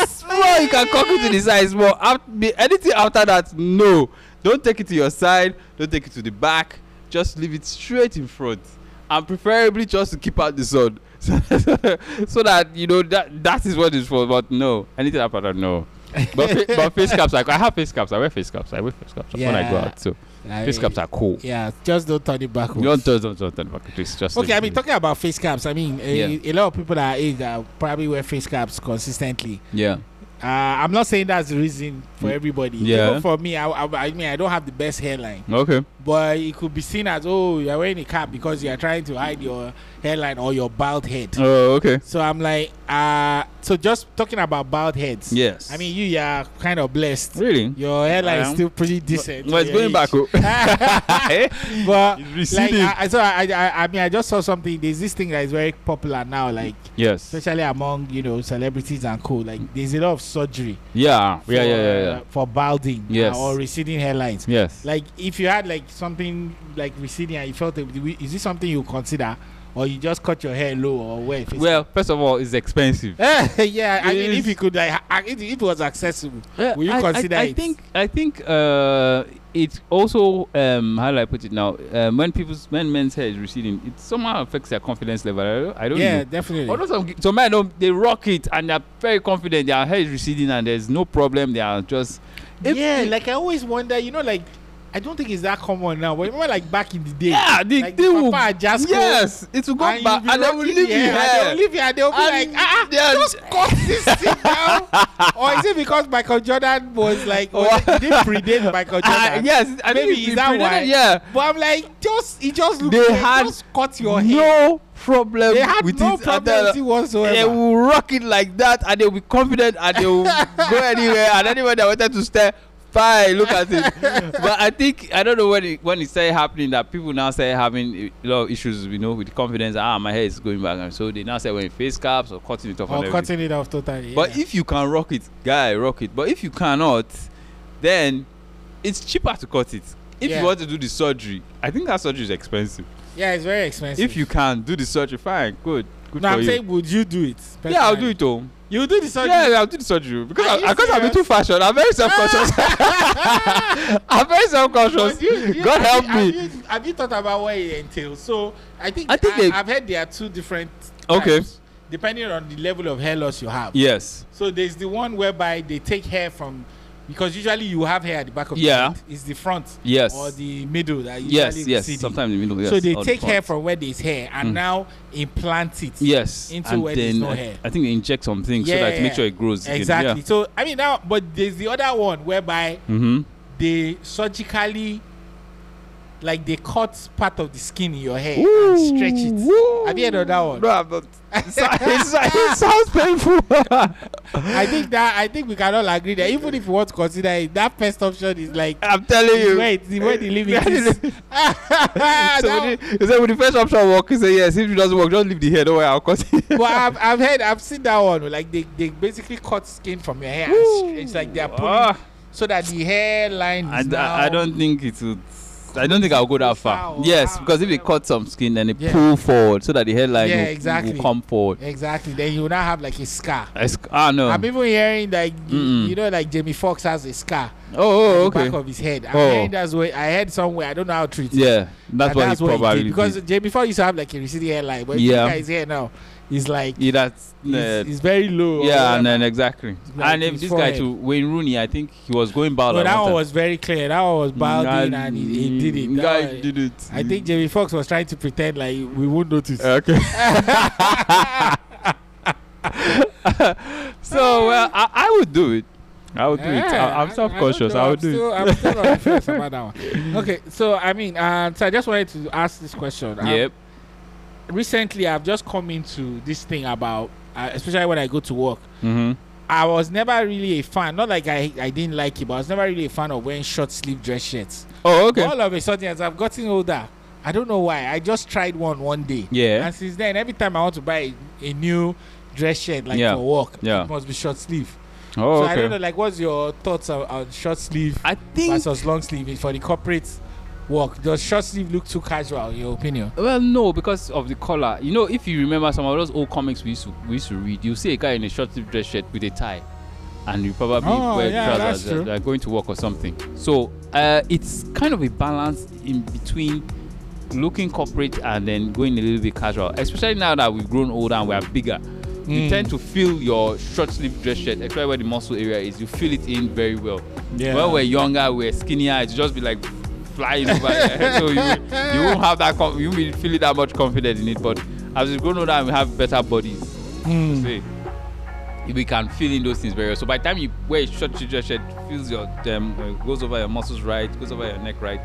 Speaker 2: small. You can cock it to the side. Small. Out- be- Anything after that, no. Don't take it to your side. Don't take it to the back. Just leave it straight in front, and preferably just to keep out the sun, so, so that you know that that is what it's for. But no, anything after that, no. But fa- but face caps, like I have face caps. I wear face caps. I wear face caps when I go
Speaker 3: Yeah.
Speaker 2: out. So
Speaker 3: I-
Speaker 2: face caps are cool.
Speaker 3: Yeah, just don't turn it backwards.
Speaker 2: Don't turn, don't turn, don't turn back. Please, just
Speaker 3: Okay, I
Speaker 2: leave
Speaker 3: mean
Speaker 2: it.
Speaker 3: talking about face caps. I mean, a,
Speaker 2: Yeah.
Speaker 3: a lot of people that are age that probably wear face caps consistently.
Speaker 2: Yeah.
Speaker 3: Uh, I'm not saying that's the reason for everybody.
Speaker 2: Mm. Yeah.
Speaker 3: Even for me, I, I, I mean, I don't have the best hairline.
Speaker 2: Okay.
Speaker 3: but it could be seen as oh you're wearing a cap because you're trying to hide your hairline or your bald head
Speaker 2: Oh, okay.
Speaker 3: so i'm like uh so just talking about bald heads
Speaker 2: Yes.
Speaker 3: i mean you you are kind of blessed
Speaker 2: really?
Speaker 3: your hairline is
Speaker 2: am.
Speaker 3: still pretty decent
Speaker 2: Well, it's
Speaker 3: for your
Speaker 2: going back.
Speaker 3: age.
Speaker 2: Oh. Eh? It's
Speaker 3: but like
Speaker 2: receding.
Speaker 3: I, I- so I, I i mean i just saw something there's this thing that is very popular now like
Speaker 2: yes.
Speaker 3: especially among you know celebrities and cool like there's a lot of surgery
Speaker 2: Yeah.
Speaker 3: for,
Speaker 2: Yeah. Yeah. Yeah.
Speaker 3: uh,
Speaker 2: yeah.
Speaker 3: for balding uh,
Speaker 2: Yes.
Speaker 3: or receding hairlines
Speaker 2: Yes.
Speaker 3: like if you had like something like receding and you felt it is this something you consider or you just cut your hair low or wear face
Speaker 2: well, first of all, it's expensive.
Speaker 3: Eh, yeah i mean
Speaker 2: Yes.
Speaker 3: if you could like ha- ha- if it was accessible will you
Speaker 2: I,
Speaker 3: consider
Speaker 2: I, I
Speaker 3: it?
Speaker 2: think. I think. Uh, it's also um, how do I put it now? Um, when people's when men's hair is receding, it somehow affects their confidence level. I don't, I don't
Speaker 3: yeah
Speaker 2: know.
Speaker 3: definitely
Speaker 2: Although some some men don't, they rock it and they're very confident. Their hair is receding and there's no problem. They are just If-
Speaker 3: yeah like i always wonder you know like i don't think it's that common now but remember like back in the day
Speaker 2: yeah. They,
Speaker 3: like
Speaker 2: they will
Speaker 3: Papa Ajasco,
Speaker 2: yes. It will go
Speaker 3: and
Speaker 2: back and they will leave
Speaker 3: yeah,
Speaker 2: you
Speaker 3: They
Speaker 2: hair.
Speaker 3: will leave you, and they will be
Speaker 2: And
Speaker 3: like, ah, ah,
Speaker 2: they are-
Speaker 3: just cut this thing down. or is it because Michael Jordan was like, was it, did it predate Michael
Speaker 2: Ah,
Speaker 3: Jordan?
Speaker 2: yes, I
Speaker 3: Maybe
Speaker 2: think
Speaker 3: is that
Speaker 2: predated,
Speaker 3: why?
Speaker 2: Yeah.
Speaker 3: But I'm like, just it just looks
Speaker 2: They
Speaker 3: like
Speaker 2: had
Speaker 3: just cut your hair.
Speaker 2: No problem
Speaker 3: They had
Speaker 2: with
Speaker 3: no
Speaker 2: it. And
Speaker 3: problem with it
Speaker 2: they'll-
Speaker 3: whatsoever.
Speaker 2: they will rock it like that, and they'll be confident, and they'll go anywhere. And anyone that wanted to stare, fine, look at it. but I think I don't know when it, when it started happening that people now start having a lot of issues, you know, with confidence. Ah, my hair is going back, and so they now say wearing face caps or cutting it off. and
Speaker 3: or
Speaker 2: everything.
Speaker 3: Oh, cutting it off totally.
Speaker 2: But
Speaker 3: yeah.
Speaker 2: if you can rock it, guy, rock it. But if you cannot, then it's cheaper to cut it. If
Speaker 3: Yeah.
Speaker 2: you want to do the surgery, I think that surgery is expensive.
Speaker 3: yeah, it's very expensive.
Speaker 2: If you can do the surgery, fine, good, good
Speaker 3: no,
Speaker 2: for
Speaker 3: I'm
Speaker 2: you.
Speaker 3: saying, would you do it?
Speaker 2: yeah, I'll do
Speaker 3: personally?
Speaker 2: it though.
Speaker 3: You do the surgery.
Speaker 2: Yeah, I'll do the surgery because
Speaker 3: Are you
Speaker 2: I, because I'm
Speaker 3: serious?
Speaker 2: into fashion. I'm very self-conscious. I'm very self-conscious.
Speaker 3: But you- you-
Speaker 2: God help
Speaker 3: have you- have
Speaker 2: me.
Speaker 3: You, have you thought about what it entails? So I think
Speaker 2: I think
Speaker 3: I,
Speaker 2: they-
Speaker 3: have heard there are two different.
Speaker 2: Okay.
Speaker 3: types, depending on the level of hair loss you have.
Speaker 2: Yes.
Speaker 3: So there's the one whereby they take hair from because usually you have hair at the back of
Speaker 2: Yeah.
Speaker 3: your head. It's the front
Speaker 2: Yes.
Speaker 3: or the middle that usually
Speaker 2: yes,
Speaker 3: we
Speaker 2: yes.
Speaker 3: see the-
Speaker 2: Sometimes in the middle. Yes,
Speaker 3: so they
Speaker 2: or the
Speaker 3: take hair
Speaker 2: front. Hmm.
Speaker 3: from where there's hair and now implant it.
Speaker 2: yes
Speaker 3: into
Speaker 2: and
Speaker 3: where there's
Speaker 2: then
Speaker 3: no
Speaker 2: I,
Speaker 3: hair.
Speaker 2: I think they inject something so that make sure it grows. again.
Speaker 3: Exactly. So I mean now, but there's the other one whereby
Speaker 2: Yeah. Mm-hmm.
Speaker 3: they surgically, like they cut part of the skin in your hair and stretch it. Have you heard of that one?
Speaker 2: No, I'm not. it sounds painful.
Speaker 3: I think that I think we can all agree that even if you want to consider it, that first option is like
Speaker 2: I'm telling you.
Speaker 3: wait, the way the living
Speaker 2: Where the
Speaker 3: is. Ah,
Speaker 2: limit-
Speaker 3: That
Speaker 2: so
Speaker 3: one-
Speaker 2: when he, he said, when the first option work, he said, yes, if it doesn't work, just leave the hair. Don't worry, I'll cut it.
Speaker 3: but I've, I've heard I've seen that one like they, they basically cut skin from your hair. And it's like they're pulling
Speaker 2: Ah,
Speaker 3: so that the hairline.
Speaker 2: I,
Speaker 3: Is
Speaker 2: d-
Speaker 3: now,
Speaker 2: I don't think it would. I don't think I'll go that far.
Speaker 3: Profile,
Speaker 2: Yes,
Speaker 3: ah,
Speaker 2: because if they cut some skin, then they
Speaker 3: Yeah.
Speaker 2: pull forward so that the hairline
Speaker 3: Yeah,
Speaker 2: will-
Speaker 3: exactly.
Speaker 2: will come forward.
Speaker 3: exactly. Then you now have like a scar.
Speaker 2: I sc- ah, no.
Speaker 3: I'm even hearing like you,
Speaker 2: Mm-mm.
Speaker 3: you know like Jamie Foxx has a scar
Speaker 2: oh, oh,
Speaker 3: on the
Speaker 2: okay.
Speaker 3: back of his head. I'm
Speaker 2: Oh.
Speaker 3: hearing that's what I heard somewhere. I don't know how to treat. it.
Speaker 2: Yeah, that's
Speaker 3: And
Speaker 2: what he probably
Speaker 3: did. because
Speaker 2: did.
Speaker 3: Jamie Foxx used to have like a receding hairline, but
Speaker 2: Yeah.
Speaker 3: yeah. his hair now is like
Speaker 2: Yeah, that's.
Speaker 3: it's,
Speaker 2: uh,
Speaker 3: it's very low. or
Speaker 2: yeah,
Speaker 3: whatever.
Speaker 2: and then exactly.
Speaker 3: like
Speaker 2: and if
Speaker 3: his
Speaker 2: this guy
Speaker 3: forehead.
Speaker 2: too, Wayne Rooney, I think he was going bald.
Speaker 3: But
Speaker 2: at
Speaker 3: that one
Speaker 2: time.
Speaker 3: was very clear. That one was balding
Speaker 2: Nah, mm,
Speaker 3: and he, he did it. That
Speaker 2: guy
Speaker 3: one-
Speaker 2: did it.
Speaker 3: I think Jamie Foxx was trying to pretend like we won't notice.
Speaker 2: Okay. so well, I, I would do it. I would do it. I, I'm self-conscious. I, would do
Speaker 3: still,
Speaker 2: it.
Speaker 3: I'm still on the fence about that one. Okay, so I mean, uh, so I just wanted to ask this question. Um,
Speaker 2: Yep.
Speaker 3: Recently, I've just come into this thing about, uh, especially when I go to work.
Speaker 2: Mm-hmm.
Speaker 3: I was never really a fan. Not like I, I didn't like it, but I was never really a fan of wearing short sleeve dress shirts.
Speaker 2: Oh, okay.
Speaker 3: All of a sudden, as I've gotten older, I don't know why. I just tried one one day.
Speaker 2: Yeah.
Speaker 3: And since then, every time I want to buy a, a new dress shirt, like
Speaker 2: Yeah.
Speaker 3: for work,
Speaker 2: Yeah.
Speaker 3: it must be short sleeve.
Speaker 2: Oh,
Speaker 3: so
Speaker 2: okay.
Speaker 3: I don't know, like, what's your thoughts on, on short sleeve
Speaker 2: I think.
Speaker 3: versus long sleeve for the corporate work? Does short sleeve look too casual, in your opinion?
Speaker 2: Well, no, because of the color. You know, if you remember some of those old comics we used to, we used to read, you see a guy in a short sleeve dress shirt with a tie, and you probably
Speaker 3: Oh,
Speaker 2: wear
Speaker 3: yeah,
Speaker 2: trousers
Speaker 3: that's true.
Speaker 2: that are going to work or something. So uh, it's kind of a balance in between looking corporate and then going a little bit casual. Especially now that we've grown older and we are bigger, you
Speaker 3: Mm.
Speaker 2: tend to feel your short sleeve dress shirt, especially where the muscle area is. You feel it in very well.
Speaker 3: Yeah.
Speaker 2: When we're younger, we're skinnier. It's just be like flying over your head. So you, you won't have that. Com- you will feel that much confidence in it. But as we grow older and we have better bodies,
Speaker 3: Hmm.
Speaker 2: say, we can feel in those things very well. So by the time you wear a short sleeve dress shirt, feels your um, uh, goes over your muscles right, goes over your neck right.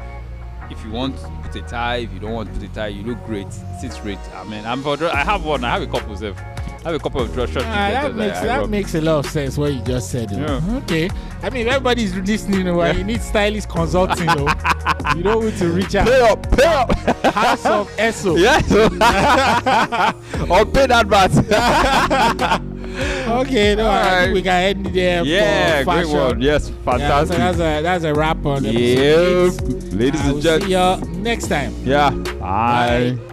Speaker 2: If you want to put a tie, if you don't want to put a tie, you look great, sits great. I mean, I'm for, dr- I have one. I have a couple. Sef. I have a couple of dress short.
Speaker 3: Ah,
Speaker 2: sleeve
Speaker 3: that
Speaker 2: dresses
Speaker 3: makes
Speaker 2: I- I
Speaker 3: that
Speaker 2: rock.
Speaker 3: makes a lot of sense what you just said. though.
Speaker 2: Yeah.
Speaker 3: Okay, I mean everybody's listening. Over.
Speaker 2: Yeah.
Speaker 3: You need stylist consulting. though. You know who to reach out.
Speaker 2: Pay up, pay up.
Speaker 3: House of Esso.
Speaker 2: Yes. or paid advert.
Speaker 3: Okay, no, I
Speaker 2: Alright.
Speaker 3: think we can end it there.
Speaker 2: yeah,
Speaker 3: for fashion.
Speaker 2: great one. Yes,
Speaker 3: Yeah, so
Speaker 2: fantastic.
Speaker 3: that's a that's a wrap on
Speaker 2: Yeah,
Speaker 3: episode eight.
Speaker 2: ladies
Speaker 3: I
Speaker 2: and
Speaker 3: will see
Speaker 2: gents.
Speaker 3: you next time.
Speaker 2: Yeah. Bye.
Speaker 3: Bye.